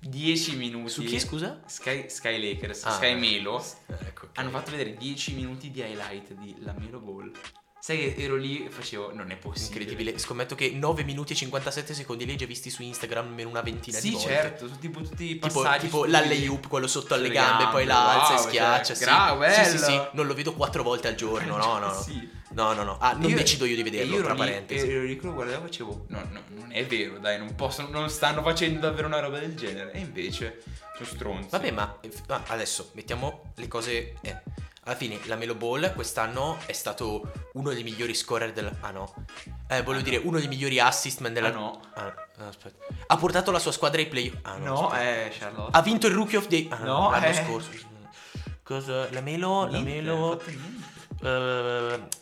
[SPEAKER 1] 10 minuti.
[SPEAKER 2] Su chi scusa?
[SPEAKER 1] Sky, Sky Lakers,
[SPEAKER 2] Ah,
[SPEAKER 1] Sky Melo.
[SPEAKER 2] Ecco, ok.
[SPEAKER 1] Hanno fatto vedere 10 minuti di highlight di la Melo Ball. Sai che ero lì e facevo, non è possibile.
[SPEAKER 2] Incredibile, scommetto che 9 minuti e 57 secondi li hai già visti su Instagram almeno una ventina di
[SPEAKER 1] Sì,
[SPEAKER 2] volte.
[SPEAKER 1] certo, sono tipo tutti i
[SPEAKER 2] Tipo,
[SPEAKER 1] passaggi.
[SPEAKER 2] tipo
[SPEAKER 1] stupidi.
[SPEAKER 2] l'alley-oop, quello sotto alle
[SPEAKER 1] Sulle
[SPEAKER 2] gambe, poi la
[SPEAKER 1] wow,
[SPEAKER 2] alza e
[SPEAKER 1] cioè,
[SPEAKER 2] schiaccia. sì.
[SPEAKER 1] gra-
[SPEAKER 2] sì.
[SPEAKER 1] bello.
[SPEAKER 2] sì, sì, non lo vedo quattro volte al giorno, no, no, no.
[SPEAKER 1] Sì.
[SPEAKER 2] No, no, no. Ah, non
[SPEAKER 1] Io-
[SPEAKER 2] decido io di
[SPEAKER 1] e
[SPEAKER 2] vederlo,
[SPEAKER 1] io
[SPEAKER 2] tra
[SPEAKER 1] ero lì-
[SPEAKER 2] parentesi.
[SPEAKER 1] Ero lì che lo guardavo e facevo, no, no, non è vero, dai, non possono, non stanno facendo davvero una roba del genere. E invece, sono stronzi.
[SPEAKER 2] Vabbè, ma eh, f- ah, adesso mettiamo le cose... eh. Alla fine la Melo Ball quest'anno è stato uno dei migliori scorer del... Ah no. Eh, volevo dire, uno dei migliori assist man della...
[SPEAKER 1] Ah, no.
[SPEAKER 2] Ah, no, aspetta. Ha portato la sua squadra ai play... Ah no,
[SPEAKER 1] No,
[SPEAKER 2] aspetta.
[SPEAKER 1] è Charlotte.
[SPEAKER 2] Ha vinto il Rookie of the... Ah,
[SPEAKER 1] No,
[SPEAKER 2] l'anno
[SPEAKER 1] eh.
[SPEAKER 2] scorso. Cosa? La Melo? La
[SPEAKER 1] Niente,
[SPEAKER 2] Melo...
[SPEAKER 1] ha fatto niente.
[SPEAKER 2] Eh,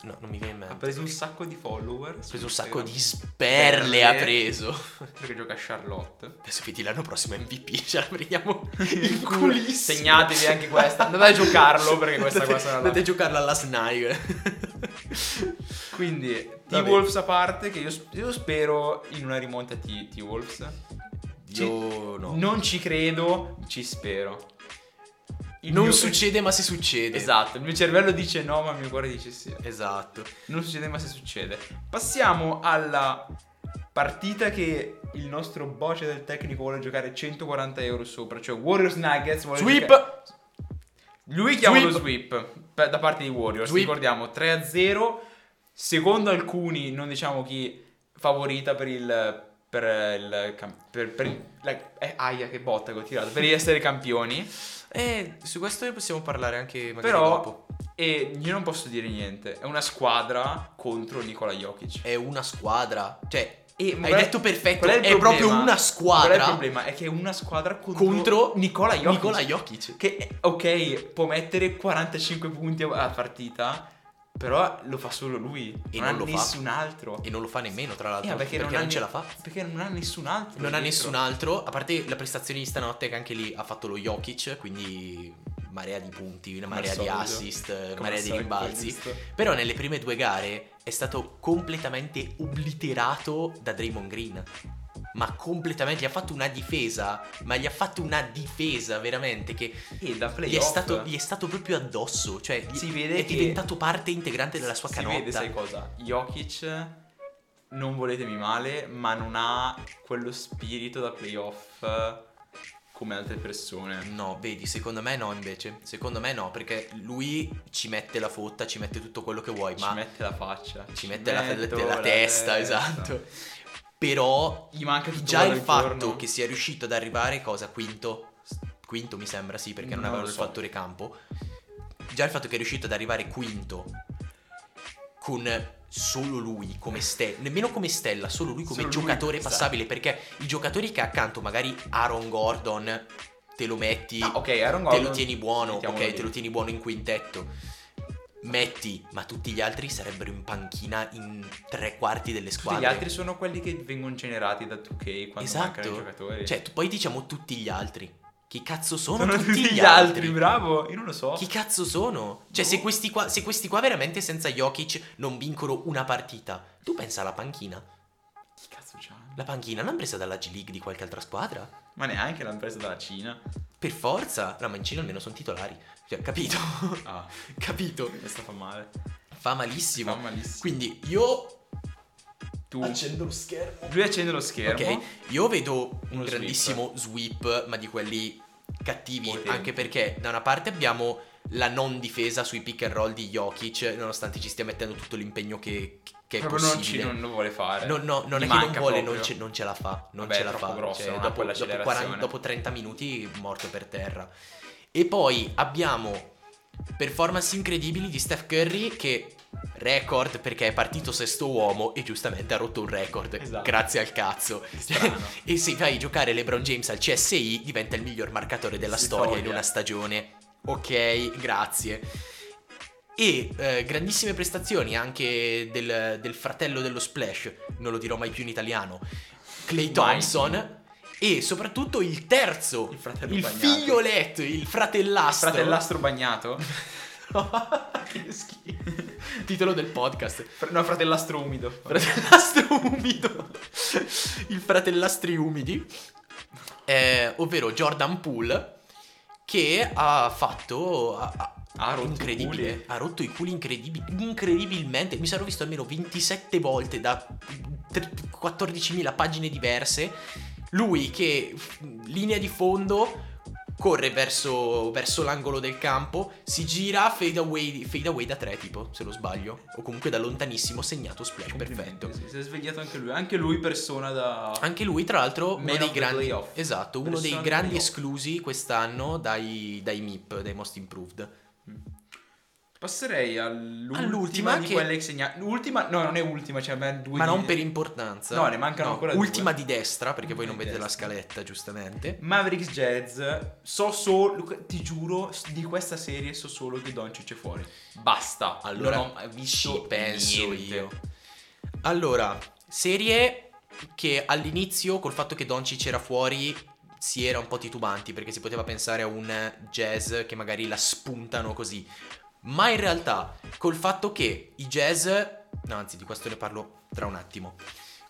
[SPEAKER 2] no, non mi viene in mente.
[SPEAKER 1] Ha preso un sacco di follower.
[SPEAKER 2] Ha preso un sacco di sperle, ha preso.
[SPEAKER 1] [LAUGHS] Perché gioca a Charlotte.
[SPEAKER 2] Adesso vedi l'anno prossimo MVP, [LAUGHS] ce la prendiamo
[SPEAKER 1] Il
[SPEAKER 2] in
[SPEAKER 1] culo.
[SPEAKER 2] culissimo.
[SPEAKER 1] Segnatevi anche questa. Andate a giocarlo, perché questa
[SPEAKER 2] Andate-
[SPEAKER 1] qua sarà la-
[SPEAKER 2] Andate a giocarla alla Sniper.
[SPEAKER 1] Quindi,
[SPEAKER 2] Vabbè.
[SPEAKER 1] T-Wolves a parte, che io, io spero in una rimonta T- T-Wolves.
[SPEAKER 2] Io no.
[SPEAKER 1] Non ci credo, ci spero. Il
[SPEAKER 2] Non
[SPEAKER 1] mio-
[SPEAKER 2] succede, ma se succede.
[SPEAKER 1] Esatto, il mio cervello dice no, ma il mio cuore dice sì.
[SPEAKER 2] Esatto.
[SPEAKER 1] Non succede ma se succede. Passiamo alla partita che il nostro boce del tecnico vuole giocare 140 euro sopra, cioè Warriors Nuggets. vuole
[SPEAKER 2] Sweep!
[SPEAKER 1] giocare- Lui chiama lo
[SPEAKER 2] Sweep!
[SPEAKER 1] sweep per- da parte di Warriors.
[SPEAKER 2] Sweep.
[SPEAKER 1] Ricordiamo 3-0. Secondo alcuni, non diciamo chi, favorita per il. Per, il, cam- per, per il- la- eh, aia che botta che ho tirato per essere campioni
[SPEAKER 2] Eh, su questo ne possiamo parlare anche magari dopo.
[SPEAKER 1] però e io non posso dire niente è una squadra contro Nikola Jokic
[SPEAKER 2] È una squadra. Cioè,
[SPEAKER 1] E- ma
[SPEAKER 2] hai
[SPEAKER 1] qual è-
[SPEAKER 2] detto perfetto.
[SPEAKER 1] qual
[SPEAKER 2] È,
[SPEAKER 1] il problema?
[SPEAKER 2] proprio una
[SPEAKER 1] Qual è il
[SPEAKER 2] squadra
[SPEAKER 1] problema? È che è una squadra contro,
[SPEAKER 2] contro
[SPEAKER 1] Nicola Jokic.
[SPEAKER 2] Nikola Jokic.
[SPEAKER 1] Che, ok, può mettere 45 punti a a partita, però lo fa solo lui.
[SPEAKER 2] E
[SPEAKER 1] non,
[SPEAKER 2] non
[SPEAKER 1] ha
[SPEAKER 2] lo fa.
[SPEAKER 1] nessun altro.
[SPEAKER 2] E non lo fa nemmeno, tra
[SPEAKER 1] Eh,
[SPEAKER 2] l'altro. perché, non,
[SPEAKER 1] ne-
[SPEAKER 2] ce la fa.
[SPEAKER 1] Perché non ha nessun altro.
[SPEAKER 2] Non
[SPEAKER 1] dietro.
[SPEAKER 2] ha nessun altro, a parte la prestazione di stanotte che anche lì ha fatto lo Jokic, quindi marea di punti, una
[SPEAKER 1] Come al
[SPEAKER 2] marea di
[SPEAKER 1] solito.
[SPEAKER 2] assist,
[SPEAKER 1] Come
[SPEAKER 2] eh, marea
[SPEAKER 1] al
[SPEAKER 2] di
[SPEAKER 1] solito,
[SPEAKER 2] rimbalzi.
[SPEAKER 1] giusto.
[SPEAKER 2] Però nelle prime due gare è stato completamente obliterato da Draymond Green. Ma completamente, gli ha fatto una difesa, ma gli ha fatto una difesa veramente che
[SPEAKER 1] E da
[SPEAKER 2] gli è,
[SPEAKER 1] playoff
[SPEAKER 2] stato, gli è stato proprio addosso, cioè gli-
[SPEAKER 1] Si vede
[SPEAKER 2] è
[SPEAKER 1] che-
[SPEAKER 2] diventato parte integrante della sua
[SPEAKER 1] si
[SPEAKER 2] canotta.
[SPEAKER 1] vede, sai cosa? Jokic, non voletemi male, ma non ha quello spirito da playoff eh, come altre persone.
[SPEAKER 2] No, vedi, secondo me no invece. Secondo me no, perché lui ci mette la fotta, ci mette tutto quello che vuoi,
[SPEAKER 1] Ci
[SPEAKER 2] ma
[SPEAKER 1] mette la faccia.
[SPEAKER 2] ci mette la,
[SPEAKER 1] metto
[SPEAKER 2] la testa, esatto. Però
[SPEAKER 1] Gli manca tutto
[SPEAKER 2] già
[SPEAKER 1] quello
[SPEAKER 2] il
[SPEAKER 1] del
[SPEAKER 2] fatto
[SPEAKER 1] giorno.
[SPEAKER 2] che sia riuscito ad arrivare, cosa, quinto? Quinto mi sembra, sì, perché non
[SPEAKER 1] Non
[SPEAKER 2] avevano
[SPEAKER 1] lo
[SPEAKER 2] il
[SPEAKER 1] so.
[SPEAKER 2] fattore campo. Già il fatto che è riuscito ad arrivare quinto con solo lui come stella, nemmeno come stella, solo lui come
[SPEAKER 1] Solo lui,
[SPEAKER 2] giocatore
[SPEAKER 1] esatto.
[SPEAKER 2] passabile, perché i giocatori che ha accanto, magari Aaron Gordon, te lo metti
[SPEAKER 1] Ah, ok, Aaron
[SPEAKER 2] te
[SPEAKER 1] Gordon.
[SPEAKER 2] lo tieni buono,
[SPEAKER 1] mettiamolo
[SPEAKER 2] ok,
[SPEAKER 1] lì.
[SPEAKER 2] te lo tieni buono in quintetto. Metti, ma tutti gli altri sarebbero in panchina in tre quarti delle
[SPEAKER 1] Tutti
[SPEAKER 2] squadre.
[SPEAKER 1] gli altri sono quelli che vengono generati da 2K quando mancano i
[SPEAKER 2] esatto.
[SPEAKER 1] giocatori.
[SPEAKER 2] Cioè, tu- poi diciamo tutti gli altri. Chi cazzo sono,
[SPEAKER 1] [LAUGHS] sono
[SPEAKER 2] tutti, gli altri?
[SPEAKER 1] bravo. Io non lo so.
[SPEAKER 2] Chi cazzo sono? Cioè,
[SPEAKER 1] Boh.
[SPEAKER 2] se, questi qua, se questi qua veramente senza Jokic non vincono una partita, tu pensa alla panchina.
[SPEAKER 1] Chi cazzo c'hanno?
[SPEAKER 2] La panchina l'hanno presa dalla G League di qualche altra squadra?
[SPEAKER 1] Ma neanche l'hanno presa dalla Cina.
[SPEAKER 2] Per forza! No, ma in Cina almeno sono titolari. Cioè, capito? [LAUGHS]
[SPEAKER 1] Ah,
[SPEAKER 2] capito?
[SPEAKER 1] questa fa male.
[SPEAKER 2] Fa malissimo.
[SPEAKER 1] Fa malissimo.
[SPEAKER 2] Quindi io
[SPEAKER 1] Tu.
[SPEAKER 2] lo schermo.
[SPEAKER 1] Lui accende lo schermo.
[SPEAKER 2] Ok, io vedo un
[SPEAKER 1] Uno
[SPEAKER 2] grandissimo sweep. ma di quelli cattivi,
[SPEAKER 1] Potenti.
[SPEAKER 2] anche perché da una parte abbiamo la non difesa sui pick and roll di Jokic, nonostante ci stia mettendo tutto l'impegno che, che è
[SPEAKER 1] Proprio non, ci,
[SPEAKER 2] possibile.
[SPEAKER 1] non lo vuole fare.
[SPEAKER 2] No, no, non
[SPEAKER 1] Gli
[SPEAKER 2] è che non
[SPEAKER 1] manca
[SPEAKER 2] vuole,
[SPEAKER 1] proprio.
[SPEAKER 2] non ce, non ce la fa. Non
[SPEAKER 1] Vabbè,
[SPEAKER 2] ce la
[SPEAKER 1] troppo
[SPEAKER 2] fa.
[SPEAKER 1] grosso,
[SPEAKER 2] Cioè,
[SPEAKER 1] non ha
[SPEAKER 2] dopo,
[SPEAKER 1] quell'accelerazione.
[SPEAKER 2] dopo 40 dopo 30 minuti morto per terra. E poi abbiamo performance incredibili di Steph Curry che record perché è partito sesto uomo e giustamente ha rotto un record.
[SPEAKER 1] Esatto.
[SPEAKER 2] Grazie al cazzo.
[SPEAKER 1] Strano.
[SPEAKER 2] E se fai giocare LeBron James al CSI diventa il miglior marcatore della
[SPEAKER 1] Si
[SPEAKER 2] storia in
[SPEAKER 1] toglie.
[SPEAKER 2] una stagione. Ok, grazie. E eh, grandissime prestazioni anche del, del fratello dello Splash, non lo dirò mai più in italiano, Clay Thompson. E soprattutto il terzo,
[SPEAKER 1] Il fratello
[SPEAKER 2] il
[SPEAKER 1] bagnato.
[SPEAKER 2] figlioletto, il fratellastro.
[SPEAKER 1] Fratellastro bagnato?
[SPEAKER 2] [LAUGHS] che schifo. Titolo del podcast.
[SPEAKER 1] Fra- No, fratellastro umido.
[SPEAKER 2] Fratellastro umido. Il fratellastri umidi. Eh, ovvero Jordan Poole che ha fatto... Ha, ha-
[SPEAKER 1] Ha rotto i
[SPEAKER 2] incredibile,
[SPEAKER 1] culi.
[SPEAKER 2] ha rotto i culi incredibili, incredibilmente. Mi sarò visto almeno 27 volte da tre- 14.000 pagine diverse. Lui che f- linea di fondo corre verso, verso l'angolo del campo, si gira, fade away, fade away da tre tipo, se non sbaglio, o comunque da lontanissimo segnato splash
[SPEAKER 1] Complimenti,
[SPEAKER 2] perfetto.
[SPEAKER 1] sì, Si è svegliato anche lui. Anche lui persona da...
[SPEAKER 2] Anche lui, tra l'altro, uno
[SPEAKER 1] Man
[SPEAKER 2] dei
[SPEAKER 1] of the
[SPEAKER 2] grandi,
[SPEAKER 1] playoff.
[SPEAKER 2] esatto, uno dei
[SPEAKER 1] Persona
[SPEAKER 2] grandi
[SPEAKER 1] playoff.
[SPEAKER 2] esclusi quest'anno dai, dai MIP, dai Most Improved.
[SPEAKER 1] Passerei all'ultima,
[SPEAKER 2] All'ultima
[SPEAKER 1] di
[SPEAKER 2] che-
[SPEAKER 1] quelle che segna... L'ultima... No, non è ultima, cioè ma due
[SPEAKER 2] Ma
[SPEAKER 1] di-
[SPEAKER 2] non per importanza.
[SPEAKER 1] No, ne mancano ancora due.
[SPEAKER 2] Ultima di destra, perché voi non
[SPEAKER 1] Ultima di
[SPEAKER 2] vedete la
[SPEAKER 1] destra.
[SPEAKER 2] scaletta, giustamente.
[SPEAKER 1] Mavericks Jazz, so solo, ti giuro, di questa serie so solo che Doncic è fuori. Basta.
[SPEAKER 2] Allora,
[SPEAKER 1] non ho visto
[SPEAKER 2] ci penso
[SPEAKER 1] niente.
[SPEAKER 2] io. Allora, serie che all'inizio, col fatto che Doncic era fuori, si era un po' titubanti, perché si poteva pensare a un jazz che magari la spuntano così. Ma in realtà, col fatto che i jazz... No, anzi, di questo ne parlo tra un attimo.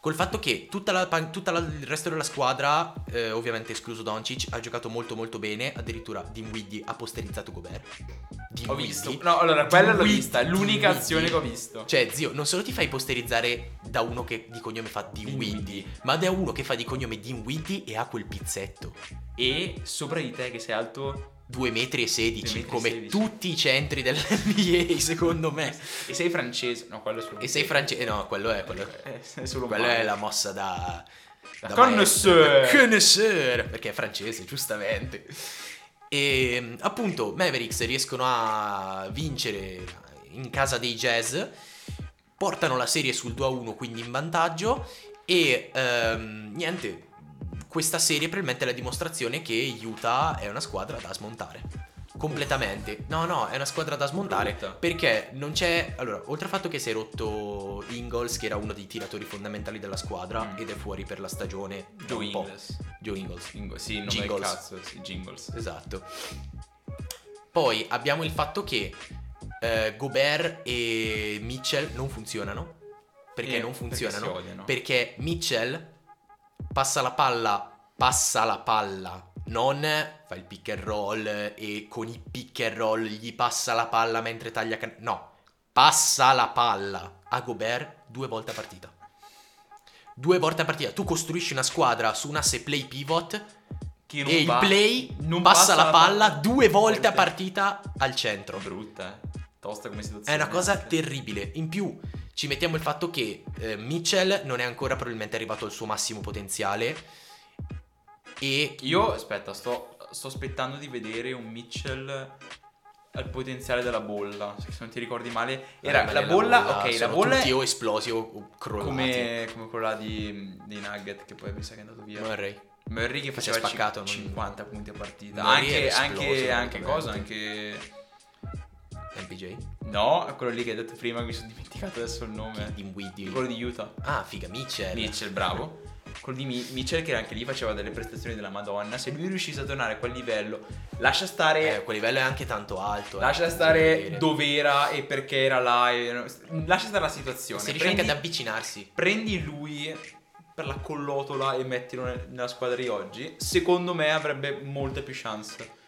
[SPEAKER 2] Col fatto che tutta la pan- tutta la- il resto della squadra, eh, ovviamente escluso Doncic, ha giocato molto molto bene, addirittura Dinwiddie ha posterizzato Gobert.
[SPEAKER 1] Ho
[SPEAKER 2] Dinwiddie.
[SPEAKER 1] visto. No, allora, quella l'ho
[SPEAKER 2] Dinwiddie,
[SPEAKER 1] vista. È l'unica
[SPEAKER 2] Dinwiddie.
[SPEAKER 1] azione che ho visto.
[SPEAKER 2] Cioè, zio, non solo ti fai posterizzare da uno che di cognome fa Dinwiddie, ma da uno che fa di cognome Dinwiddie e ha quel pizzetto.
[SPEAKER 1] E sopra di te che sei alto
[SPEAKER 2] 2,16 metri e 16,
[SPEAKER 1] 2,16.
[SPEAKER 2] come tutti i centri dell'NBA, secondo me.
[SPEAKER 1] e sei francese. No, quello è solo.
[SPEAKER 2] E sei francese. No, quello è. Quello è,
[SPEAKER 1] Eh, è solo
[SPEAKER 2] quello
[SPEAKER 1] male.
[SPEAKER 2] è la mossa da.
[SPEAKER 1] Da
[SPEAKER 2] maestro,
[SPEAKER 1] connoisseur.
[SPEAKER 2] da connoisseur, Perché è francese, giustamente. E appunto, Mavericks riescono a vincere in casa dei Jazz. Portano la serie sul 2-1, quindi in vantaggio. E ehm, niente. Questa serie probabilmente è la dimostrazione che Utah è una squadra da smontare. Completamente. No, no, è una squadra da smontare.
[SPEAKER 1] Brutta.
[SPEAKER 2] Perché non c'è. Allora, oltre al fatto che si è rotto Ingalls, che era uno dei tiratori fondamentali della squadra,
[SPEAKER 1] Mm.
[SPEAKER 2] ed è fuori per la stagione. da
[SPEAKER 1] Joe
[SPEAKER 2] un po'.
[SPEAKER 1] Ingles.
[SPEAKER 2] Joe Ingles.
[SPEAKER 1] Ingo- sì, il nome del
[SPEAKER 2] Jingles.
[SPEAKER 1] cazzo. Sì, Jingles.
[SPEAKER 2] Esatto. Poi abbiamo il fatto che eh, Gobert e Mitchell non funzionano. Perché
[SPEAKER 1] Eh,
[SPEAKER 2] non funzionano?
[SPEAKER 1] Perché si odiano.
[SPEAKER 2] Perché Mitchell passa la palla, passa la palla, non fa il pick and roll eh, e con i pick and roll gli passa la palla mentre taglia can- No, passa la palla a Gobert due volte a partita. Due volte a partita. Tu costruisci una squadra su un asse play pivot
[SPEAKER 1] Che non
[SPEAKER 2] e il
[SPEAKER 1] va-
[SPEAKER 2] play
[SPEAKER 1] non
[SPEAKER 2] passa, la palla due volte a partita al centro.
[SPEAKER 1] Brutta, eh. Tosta come
[SPEAKER 2] È
[SPEAKER 1] situazione.
[SPEAKER 2] una cosa
[SPEAKER 1] anche.
[SPEAKER 2] terribile. In più, ci mettiamo il fatto che eh, Mitchell non è ancora probabilmente arrivato al suo massimo potenziale. E
[SPEAKER 1] Io, aspetta, sto, sto aspettando di vedere un Mitchell al potenziale della bolla. Se non ti ricordi male,
[SPEAKER 2] Eh,
[SPEAKER 1] era la, bolla, ok, la
[SPEAKER 2] sono
[SPEAKER 1] bolla
[SPEAKER 2] tutti
[SPEAKER 1] è
[SPEAKER 2] o esplosi o, o crollati.
[SPEAKER 1] come, come quella di, dei Nugget che poi mi sa che è andato via.
[SPEAKER 2] Murray.
[SPEAKER 1] Murray che
[SPEAKER 2] Che si è
[SPEAKER 1] faceva cin-
[SPEAKER 2] spaccato, non-
[SPEAKER 1] 50 punti a partita.
[SPEAKER 2] Murray
[SPEAKER 1] Anche,
[SPEAKER 2] era
[SPEAKER 1] anche,
[SPEAKER 2] esploso,
[SPEAKER 1] anche cosa,
[SPEAKER 2] veramente.
[SPEAKER 1] anche...
[SPEAKER 2] MPJ.
[SPEAKER 1] No, quello lì che hai detto prima, mi sono dimenticato adesso il nome.
[SPEAKER 2] Dinwiddie.
[SPEAKER 1] Quello di Utah.
[SPEAKER 2] Ah, figa, Mitchell.
[SPEAKER 1] Mitchell, bravo. Quello di Mi- Mitchell che anche lì faceva delle prestazioni della Madonna. Se lui riuscisse a tornare a quel livello, lascia stare,
[SPEAKER 2] Eh, quel livello è anche tanto alto. eh,
[SPEAKER 1] lascia
[SPEAKER 2] bisogna
[SPEAKER 1] stare
[SPEAKER 2] dire.
[SPEAKER 1] dov'era e perché era là. e- lascia stare la situazione.
[SPEAKER 2] Se riesce anche
[SPEAKER 1] Prendi,
[SPEAKER 2] ad avvicinarsi.
[SPEAKER 1] prendi lui per la collotola e mettilo nel- nella squadra di oggi, secondo me avrebbe molte più chance.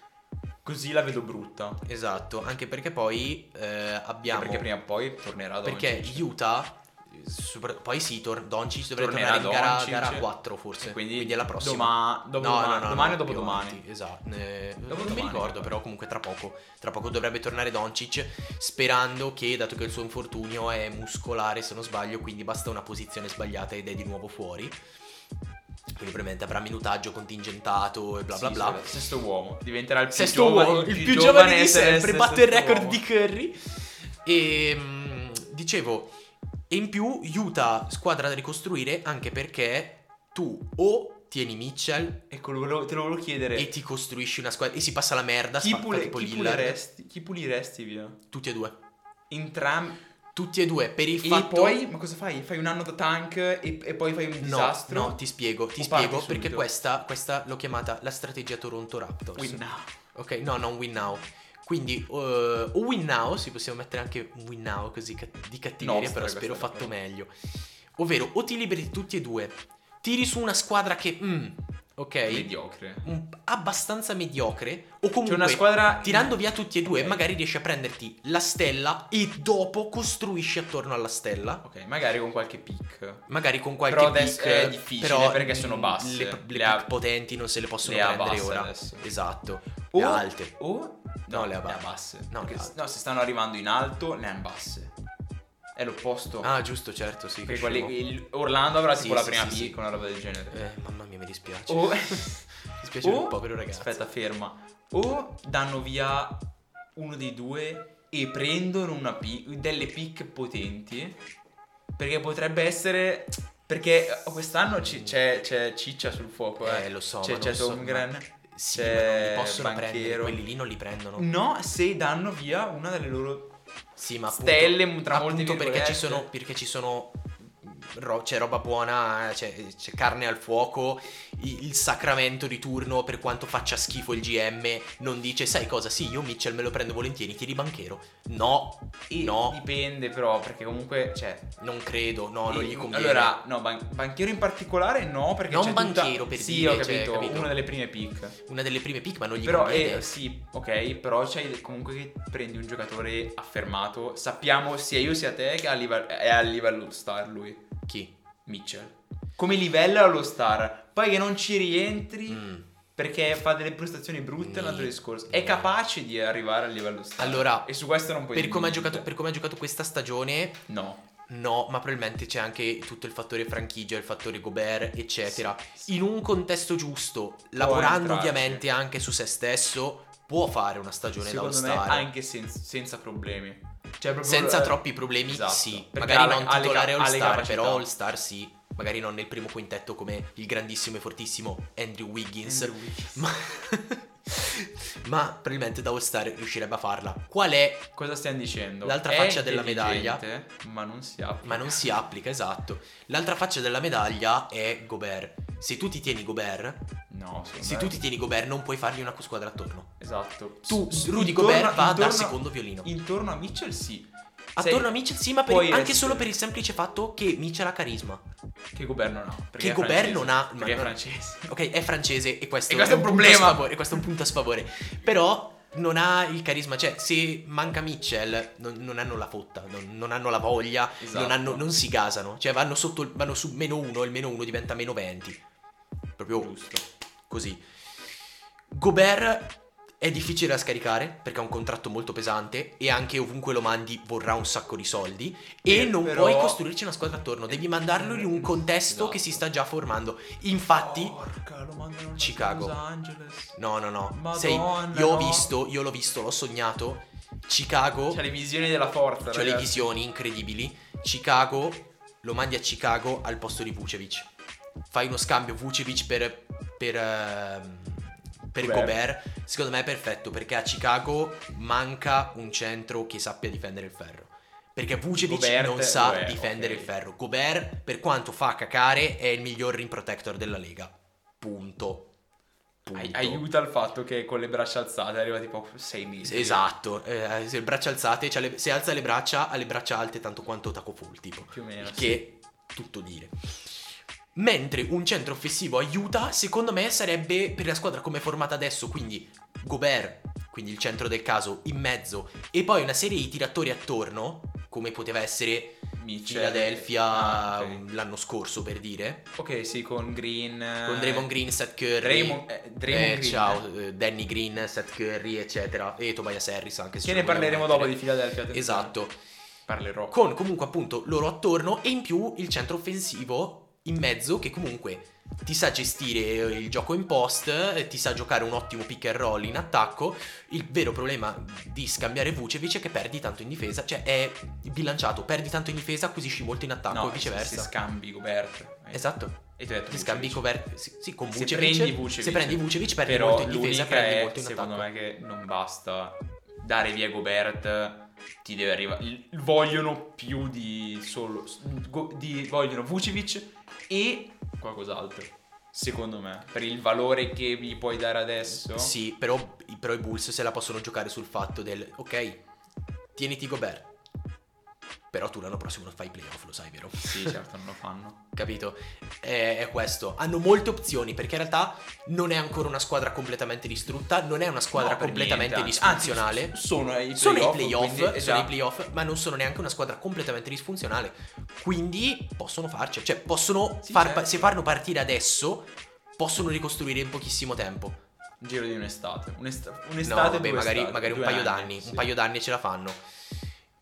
[SPEAKER 1] Così la vedo brutta.
[SPEAKER 2] Esatto, anche perché poi eh, abbiamo...
[SPEAKER 1] Perché prima o poi tornerà dopo.
[SPEAKER 2] perché Utah... sopra- poi sì, tor- Doncic dovrebbe
[SPEAKER 1] Tornerà
[SPEAKER 2] tornare in gara,
[SPEAKER 1] Doncic.
[SPEAKER 2] gara 4 forse.
[SPEAKER 1] E
[SPEAKER 2] Quindi,
[SPEAKER 1] quindi
[SPEAKER 2] è la prossima.
[SPEAKER 1] doma- dopo domani- domani o
[SPEAKER 2] più
[SPEAKER 1] dopodomani?
[SPEAKER 2] avanti, Esatto. Eh, non mi
[SPEAKER 1] Dopodomani,
[SPEAKER 2] ricordo,
[SPEAKER 1] guarda.
[SPEAKER 2] però comunque tra poco, tra poco dovrebbe tornare Doncic sperando che dato che il suo infortunio è muscolare, se non sbaglio, quindi basta una posizione sbagliata ed è di nuovo fuori. Quindi probabilmente avrà minutaggio contingentato e bla bla bla.
[SPEAKER 1] Sesto uomo. Diventerà il più
[SPEAKER 2] Sesto
[SPEAKER 1] giovane,
[SPEAKER 2] uomo, il più giovane
[SPEAKER 1] a
[SPEAKER 2] di
[SPEAKER 1] essere
[SPEAKER 2] sempre,
[SPEAKER 1] sesto
[SPEAKER 2] batte il record
[SPEAKER 1] uomo.
[SPEAKER 2] di Curry. E mm, dicevo, e in più Utah squadra da ricostruire anche perché tu o tieni Mitchell
[SPEAKER 1] Ecco, lo volevo- te lo volevo chiedere.
[SPEAKER 2] e ti costruisci una squadra e si passa la merda,
[SPEAKER 1] chi,
[SPEAKER 2] spa- fa
[SPEAKER 1] pule-
[SPEAKER 2] tipo
[SPEAKER 1] chi
[SPEAKER 2] Lillard,
[SPEAKER 1] puliresti, chi puliresti via?
[SPEAKER 2] tutti e due.
[SPEAKER 1] Entrambi.
[SPEAKER 2] Tutti e due per il
[SPEAKER 1] E
[SPEAKER 2] fatto
[SPEAKER 1] poi, ma cosa fai? Fai un anno da tank e, e poi fai un
[SPEAKER 2] No,
[SPEAKER 1] disastro?
[SPEAKER 2] no, ti spiego, ti
[SPEAKER 1] O parti
[SPEAKER 2] spiego
[SPEAKER 1] subito?
[SPEAKER 2] perché questa, questa l'ho chiamata la strategia Toronto Raptors.
[SPEAKER 1] Win now.
[SPEAKER 2] Ok, no, non win now. Quindi eh, o win now, si possiamo mettere anche un win now così cat- di cattiveria,
[SPEAKER 1] Nostra,
[SPEAKER 2] però
[SPEAKER 1] questa
[SPEAKER 2] spero
[SPEAKER 1] è la
[SPEAKER 2] fatto
[SPEAKER 1] cosa.
[SPEAKER 2] meglio. Ovvero, o ti liberi di tutti e due, tiri su una squadra che, mm, ok,
[SPEAKER 1] Mediocre.
[SPEAKER 2] un- abbastanza mediocre, o comunque
[SPEAKER 1] C'è una squadra.
[SPEAKER 2] tirando via tutti e due,
[SPEAKER 1] Ok.
[SPEAKER 2] magari riesci a prenderti la stella e dopo costruisci attorno alla stella.
[SPEAKER 1] Ok, magari con qualche pick.
[SPEAKER 2] Magari con qualche
[SPEAKER 1] Però adesso
[SPEAKER 2] pick,
[SPEAKER 1] è difficile
[SPEAKER 2] però,
[SPEAKER 1] perché sono
[SPEAKER 2] mm,
[SPEAKER 1] basse.
[SPEAKER 2] Le, le
[SPEAKER 1] Le
[SPEAKER 2] pick
[SPEAKER 1] ha-
[SPEAKER 2] potenti non se le possono
[SPEAKER 1] le ha
[SPEAKER 2] prendere
[SPEAKER 1] basse
[SPEAKER 2] ora.
[SPEAKER 1] adesso.
[SPEAKER 2] Esatto.
[SPEAKER 1] O-
[SPEAKER 2] Le alte.
[SPEAKER 1] O.
[SPEAKER 2] No, le ha basse. No,
[SPEAKER 1] No,
[SPEAKER 2] le
[SPEAKER 1] Perché
[SPEAKER 2] ha
[SPEAKER 1] s-
[SPEAKER 2] alte.
[SPEAKER 1] no, se stanno arrivando in alto, le hanno basse. È l'opposto.
[SPEAKER 2] Ah, giusto, certo, sì.
[SPEAKER 1] perché
[SPEAKER 2] che
[SPEAKER 1] quelli-
[SPEAKER 2] scemo.
[SPEAKER 1] il- Orlando avrà
[SPEAKER 2] Sì,
[SPEAKER 1] tipo la
[SPEAKER 2] sì,
[SPEAKER 1] prima
[SPEAKER 2] sì,
[SPEAKER 1] pick,
[SPEAKER 2] sì.
[SPEAKER 1] una roba del genere.
[SPEAKER 2] Eh, mamma mia, mi dispiace.
[SPEAKER 1] O.
[SPEAKER 2] Mi dispiace per il povero ragazzo.
[SPEAKER 1] Oh. Aspetta, ferma. O danno via uno dei due e prendono una pi- delle pick potenti. Perché potrebbe essere. Perché quest'anno ci- c'è, c'è Ciccia sul fuoco, eh.
[SPEAKER 2] Eh, lo so,
[SPEAKER 1] C'è,
[SPEAKER 2] ma
[SPEAKER 1] c'è
[SPEAKER 2] non so,
[SPEAKER 1] Holmgren,
[SPEAKER 2] ma- Sì,
[SPEAKER 1] c'è Mm.
[SPEAKER 2] ma non li possono
[SPEAKER 1] Banchero.
[SPEAKER 2] prendere, quelli lì non li prendono.
[SPEAKER 1] No, se danno via una delle loro.
[SPEAKER 2] Sì, ma appunto,
[SPEAKER 1] Stelle, tra molte
[SPEAKER 2] appunto perché
[SPEAKER 1] virgolette.
[SPEAKER 2] ci sono perché ci sono ro- c'è roba buona, c'è, c'è carne al fuoco, i- il sacramento di turno per quanto faccia schifo il GM non dice "Sai cosa? Sì, io Mitchell me lo prendo volentieri, tiri banchero". No,
[SPEAKER 1] E
[SPEAKER 2] No.
[SPEAKER 1] dipende, però, perché comunque. Cioè.
[SPEAKER 2] non credo, no, non gli conviene.
[SPEAKER 1] Allora, no, ban- banchiero in particolare no, perché
[SPEAKER 2] Non
[SPEAKER 1] c'è tutta-
[SPEAKER 2] banchiero, per
[SPEAKER 1] sì,
[SPEAKER 2] dire,
[SPEAKER 1] ho
[SPEAKER 2] cioè,
[SPEAKER 1] capito,
[SPEAKER 2] capito?
[SPEAKER 1] una delle prime pick.
[SPEAKER 2] una delle prime pick, ma non gli
[SPEAKER 1] Però,
[SPEAKER 2] conviene.
[SPEAKER 1] eh, sì, ok, però c'hai comunque che prendi un giocatore affermato. Sappiamo sia io sia te che a live- è a livello star lui,
[SPEAKER 2] Chi?
[SPEAKER 1] Mitchell. Come livello allo star. Poi che non ci rientri
[SPEAKER 2] Mm.
[SPEAKER 1] perché fa delle prestazioni brutte è un altro
[SPEAKER 2] Mm.
[SPEAKER 1] discorso. È capace di arrivare al livello star.
[SPEAKER 2] Allora,
[SPEAKER 1] e su questo non puoi
[SPEAKER 2] Per
[SPEAKER 1] dire
[SPEAKER 2] come, ha
[SPEAKER 1] niente.
[SPEAKER 2] giocato, per come ha giocato questa stagione,
[SPEAKER 1] No.
[SPEAKER 2] no, ma probabilmente c'è anche tutto il fattore franchigia, il fattore Gobert, eccetera. In un contesto giusto, lavorando
[SPEAKER 1] entrarci.
[SPEAKER 2] ovviamente anche su se stesso, può fare una stagione da
[SPEAKER 1] Secondo me
[SPEAKER 2] all-star.
[SPEAKER 1] anche sen- senza problemi. Cioè, proprio-
[SPEAKER 2] Senza
[SPEAKER 1] eh,
[SPEAKER 2] troppi problemi,
[SPEAKER 1] esatto.
[SPEAKER 2] sì.
[SPEAKER 1] Perché
[SPEAKER 2] Magari
[SPEAKER 1] ha la-
[SPEAKER 2] non
[SPEAKER 1] ha le
[SPEAKER 2] titolare
[SPEAKER 1] cap- ha le
[SPEAKER 2] all-star,
[SPEAKER 1] capacità.
[SPEAKER 2] però all-star sì. Magari non nel primo quintetto come il grandissimo e fortissimo Andrew Wiggins.
[SPEAKER 1] Andrew Wiggins.
[SPEAKER 2] [LAUGHS] Ma... ma probabilmente da all-star riuscirebbe a farla. Qual è
[SPEAKER 1] Cosa stiamo dicendo?
[SPEAKER 2] L'altra
[SPEAKER 1] È
[SPEAKER 2] faccia della medaglia.
[SPEAKER 1] intelligente, Ma non si apre.
[SPEAKER 2] Ma non si applica, esatto. L'altra faccia della medaglia è Gobert. Se tu ti tieni Gobert,
[SPEAKER 1] No, secondo
[SPEAKER 2] se
[SPEAKER 1] me-
[SPEAKER 2] tu ti tieni Gobert, non puoi fargli una squadra attorno.
[SPEAKER 1] Esatto.
[SPEAKER 2] Tu,
[SPEAKER 1] S-
[SPEAKER 2] Rudy
[SPEAKER 1] intorno-
[SPEAKER 2] Gobert, va da
[SPEAKER 1] intorno-
[SPEAKER 2] secondo violino.
[SPEAKER 1] Intorno a Mitchell, sì.
[SPEAKER 2] Attorno
[SPEAKER 1] Sei-
[SPEAKER 2] a Mitchell, sì, ma per-
[SPEAKER 1] puoi
[SPEAKER 2] anche
[SPEAKER 1] essere-
[SPEAKER 2] solo per il semplice fatto che Mitchell ha carisma.
[SPEAKER 1] Che Gobert non ha. perché
[SPEAKER 2] Che
[SPEAKER 1] è
[SPEAKER 2] Gobert
[SPEAKER 1] francese.
[SPEAKER 2] non ha-
[SPEAKER 1] Perché è
[SPEAKER 2] ma-
[SPEAKER 1] francese.
[SPEAKER 2] Ok, è francese e questo,
[SPEAKER 1] E questo è un
[SPEAKER 2] punto a
[SPEAKER 1] problema.
[SPEAKER 2] sfavore, questo è un punto a sfavore. Però non ha il carisma. Cioè, se manca Mitchell, non, non hanno la fotta, non, non hanno la voglia,
[SPEAKER 1] Esatto.
[SPEAKER 2] non, hanno- non si gasano. Cioè, vanno, sotto, il- vanno su meno uno e il meno uno diventa meno 20. Proprio
[SPEAKER 1] Giusto.
[SPEAKER 2] così. Gobert è difficile da scaricare perché ha un contratto molto pesante e anche ovunque lo mandi vorrà un sacco di soldi e
[SPEAKER 1] Eh,
[SPEAKER 2] non
[SPEAKER 1] però-
[SPEAKER 2] puoi costruirci una squadra attorno, devi mandarlo in un contesto
[SPEAKER 1] Esatto. Oh.
[SPEAKER 2] che si sta già formando. Infatti,
[SPEAKER 1] Porca, lo mandano a
[SPEAKER 2] Chicago.
[SPEAKER 1] Los Angeles.
[SPEAKER 2] no, no, no,
[SPEAKER 1] Madonna,
[SPEAKER 2] sei- io ho
[SPEAKER 1] no.
[SPEAKER 2] visto, io l'ho visto, l'ho sognato. Chicago,
[SPEAKER 1] C'ha le visioni della forza,
[SPEAKER 2] cioè Oh. le
[SPEAKER 1] ragazzi.
[SPEAKER 2] visioni incredibili. Chicago, lo mandi a Chicago al posto di Vucevic. Fai uno scambio Vucevic per, per, ehm, per
[SPEAKER 1] Gobert.
[SPEAKER 2] Gobert. Secondo me è perfetto perché a Chicago manca un centro che sappia difendere il ferro. Perché Vucevic
[SPEAKER 1] Gobert,
[SPEAKER 2] non sa
[SPEAKER 1] Gobert,
[SPEAKER 2] difendere
[SPEAKER 1] ok.
[SPEAKER 2] il ferro. Gobert, per quanto fa cacare, è il miglior rim protector della Lega. Punto.
[SPEAKER 1] Ai-
[SPEAKER 2] Punto.
[SPEAKER 1] aiuta il fatto che con le braccia alzate arriva tipo 6 mesi.
[SPEAKER 2] Esatto, eh, se le braccia alzate, c'ha le- se alza le
[SPEAKER 1] Eh,
[SPEAKER 2] braccia, ha le braccia alte tanto quanto Taco Fall, tipo.
[SPEAKER 1] Più o meno.
[SPEAKER 2] Il che tutto dire. Mentre un centro offensivo aiuta, secondo me sarebbe per la squadra come è formata adesso, quindi Gobert, quindi il centro del caso, in mezzo, e poi una serie di tiratori attorno, come poteva essere
[SPEAKER 1] Mitchell.
[SPEAKER 2] Philadelphia um,
[SPEAKER 1] Ah, ok.
[SPEAKER 2] l'anno scorso per dire,
[SPEAKER 1] Ok, sì, con Green. eh,
[SPEAKER 2] con Draymond Green, Seth Curry,
[SPEAKER 1] Draymond, eh, Draymond
[SPEAKER 2] eh,
[SPEAKER 1] Green.
[SPEAKER 2] ciao, eh, Danny Green, Seth Curry, eccetera, e Tobias Harris anche se
[SPEAKER 1] Che
[SPEAKER 2] ce
[SPEAKER 1] ne
[SPEAKER 2] lo vogliamo
[SPEAKER 1] parleremo dopo di
[SPEAKER 2] mettere.
[SPEAKER 1] Philadelphia. attenzione.
[SPEAKER 2] Esatto,
[SPEAKER 1] Parlerò.
[SPEAKER 2] con comunque appunto loro attorno e in più il centro offensivo in mezzo che comunque ti sa gestire eh, il gioco in post, eh, ti sa giocare un ottimo pick and roll in attacco. Il vero problema di scambiare Vucevic è che perdi tanto in difesa, cioè è bilanciato, perdi tanto in difesa, acquisisci molto in attacco
[SPEAKER 1] no,
[SPEAKER 2] e
[SPEAKER 1] Se,
[SPEAKER 2] viceversa.
[SPEAKER 1] se scambi Gobert. eh,
[SPEAKER 2] esatto,
[SPEAKER 1] E ti ho detto
[SPEAKER 2] ti scambi
[SPEAKER 1] Vucevic.
[SPEAKER 2] coperti sì, sì, con
[SPEAKER 1] Se
[SPEAKER 2] Vucevic.
[SPEAKER 1] prendi Vucevic.
[SPEAKER 2] se prendi Vucevic perdi
[SPEAKER 1] Però
[SPEAKER 2] molto in difesa,
[SPEAKER 1] l'unica
[SPEAKER 2] prendi
[SPEAKER 1] è,
[SPEAKER 2] molto in
[SPEAKER 1] secondo
[SPEAKER 2] attacco.
[SPEAKER 1] me che non basta dare via Gobert. Ti deve arrivare. il- Vogliono più di solo. go- di- vogliono Vucevic e qualcos'altro. Secondo me. Per il valore che gli puoi dare adesso.
[SPEAKER 2] Sì, però, però i Bulls se la possono giocare sul fatto del ok, tieniti Gobert. Però tu l'anno prossimo non fai i playoff, lo sai, vero?
[SPEAKER 1] Sì, certo, non lo fanno.
[SPEAKER 2] Capito? È, è questo. Hanno molte opzioni perché in realtà non è ancora una squadra completamente distrutta, non è una squadra
[SPEAKER 1] No, per
[SPEAKER 2] completamente
[SPEAKER 1] niente, anzi.
[SPEAKER 2] disfunzionale.
[SPEAKER 1] Anzi, sono i
[SPEAKER 2] sono i
[SPEAKER 1] playoff,
[SPEAKER 2] playoff,
[SPEAKER 1] quindi-
[SPEAKER 2] sono i
[SPEAKER 1] esatto.
[SPEAKER 2] playoff, ma non sono neanche una squadra completamente disfunzionale. Quindi possono farci, cioè possono
[SPEAKER 1] Sì,
[SPEAKER 2] far
[SPEAKER 1] certo.
[SPEAKER 2] se fanno partire adesso, possono ricostruire in pochissimo tempo.
[SPEAKER 1] giro di un'estate. Un'est-
[SPEAKER 2] No,
[SPEAKER 1] un'estate
[SPEAKER 2] vabbè,
[SPEAKER 1] due
[SPEAKER 2] magari,
[SPEAKER 1] estati,
[SPEAKER 2] magari un
[SPEAKER 1] due
[SPEAKER 2] paio
[SPEAKER 1] anni,
[SPEAKER 2] d'anni,
[SPEAKER 1] sì.
[SPEAKER 2] un paio d'anni ce la fanno.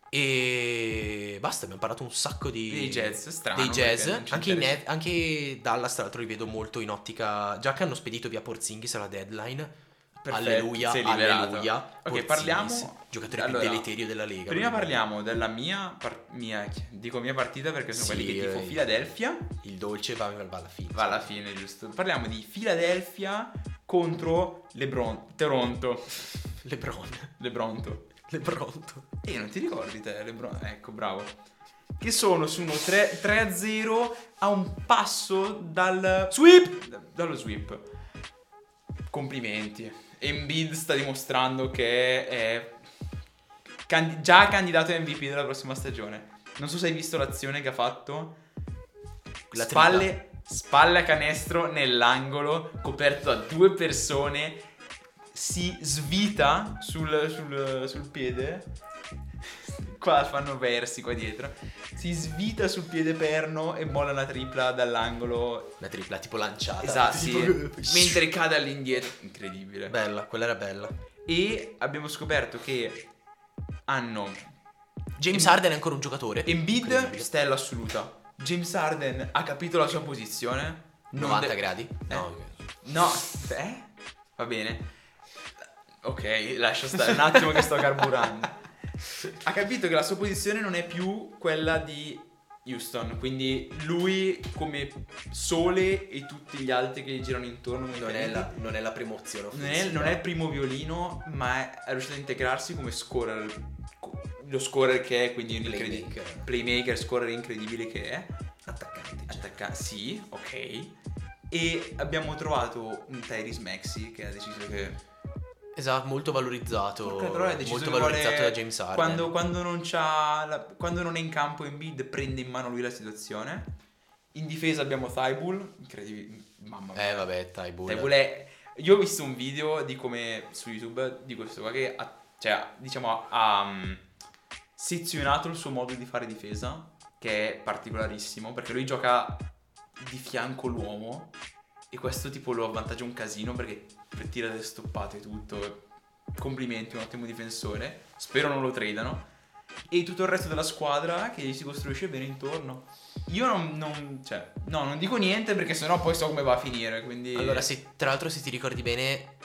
[SPEAKER 2] E basta, abbiamo parlato un sacco di
[SPEAKER 1] Dei jazz, strano,
[SPEAKER 2] dei jazz.
[SPEAKER 1] perché non ci
[SPEAKER 2] Anche, i
[SPEAKER 1] interessa.
[SPEAKER 2] Net- anche Dallas, tra l'altro, li vedo molto in ottica. Già che hanno spedito via Porzingis alla deadline.
[SPEAKER 1] Perfetto,
[SPEAKER 2] alleluia,
[SPEAKER 1] sei liberato.
[SPEAKER 2] alleluia.
[SPEAKER 1] Ok,
[SPEAKER 2] Porzingis,
[SPEAKER 1] parliamo
[SPEAKER 2] giocatore più
[SPEAKER 1] Allora,
[SPEAKER 2] deleterio della Lega.
[SPEAKER 1] Prima
[SPEAKER 2] per me.
[SPEAKER 1] parliamo della mia, par- mia- dico mia partita perché sono
[SPEAKER 2] Sì,
[SPEAKER 1] quelli che tifo
[SPEAKER 2] eh.
[SPEAKER 1] Philadelphia.
[SPEAKER 2] Il dolce va, va alla fine.
[SPEAKER 1] Va alla fine, giusto. Parliamo di Philadelphia contro LeBron Toronto.
[SPEAKER 2] Lebron. [LAUGHS]
[SPEAKER 1] LeBronto.
[SPEAKER 2] Lebronto.
[SPEAKER 1] E Eh, non ti ricordi te, LeBron? Ecco, bravo. Che sono su uno tre- 3-0 a un passo dal sweep. da- Dallo sweep. Complimenti. Embiid sta dimostrando che è can- già candidato MVP della prossima stagione. Non so se hai visto l'azione che ha fatto.
[SPEAKER 2] La
[SPEAKER 1] spalle, spalle a canestro nell'angolo, coperto da due persone. Si svita sul- sul- sul piede [LAUGHS] qua fanno versi qua dietro. Si svita sul piede perno e molla una tripla dall'angolo.
[SPEAKER 2] La tripla tipo lanciata.
[SPEAKER 1] Esatto, sì.
[SPEAKER 2] Ah, Tipo-
[SPEAKER 1] mentre cade all'indietro. Incredibile.
[SPEAKER 2] Bella, quella era bella.
[SPEAKER 1] E abbiamo scoperto che hanno
[SPEAKER 2] James
[SPEAKER 1] Em-
[SPEAKER 2] Harden è ancora un giocatore.
[SPEAKER 1] Embiid,
[SPEAKER 2] Incredibile.
[SPEAKER 1] stella assoluta. James Harden ha capito la sua posizione. Non
[SPEAKER 2] 90
[SPEAKER 1] de-
[SPEAKER 2] gradi? No.
[SPEAKER 1] No, eh? Va bene. Ok, lascia stare un attimo che sto carburando. Ha capito che la sua posizione non è più quella di Houston, quindi lui come sole e tutti gli altri che gli girano intorno come
[SPEAKER 2] Non è, la, non è la prima opzione
[SPEAKER 1] non è- non è il primo violino, ma è, è riuscito a integrarsi come scorer. co- Lo scorer che è, quindi un incredi-
[SPEAKER 2] Playmaker.
[SPEAKER 1] playmaker, scorer incredibile che è.
[SPEAKER 2] attaccante. cioè.
[SPEAKER 1] Attacca- sì, ok. E abbiamo trovato un Tyrese Maxi che ha deciso che.
[SPEAKER 2] Esatto, molto valorizzato.
[SPEAKER 1] Porca troia, ha deciso
[SPEAKER 2] molto
[SPEAKER 1] che
[SPEAKER 2] valorizzato
[SPEAKER 1] vuole-
[SPEAKER 2] da James Harden.
[SPEAKER 1] Quando, quando non c'ha la- quando non è in campo in bid, prende in mano lui la situazione. In difesa abbiamo Thibault, incredibile. Mamma mia.
[SPEAKER 2] Eh vabbè, Tybull.
[SPEAKER 1] Tybull è- Io ho visto un video di come su YouTube di questo qua che ha, cioè, diciamo, ha um, sezionato il suo modo di fare difesa, che è particolarissimo, perché lui gioca di fianco l'uomo e questo tipo lo avvantaggia un casino perché tira delle stoppate e tutto. Complimenti, un ottimo difensore. Spero non lo tradano. E tutto il resto della squadra che gli si costruisce bene intorno. Io non, non- cioè, no, non dico niente perché sennò poi so come va a finire. Quindi.
[SPEAKER 2] Allora, se, tra l'altro, se ti ricordi bene,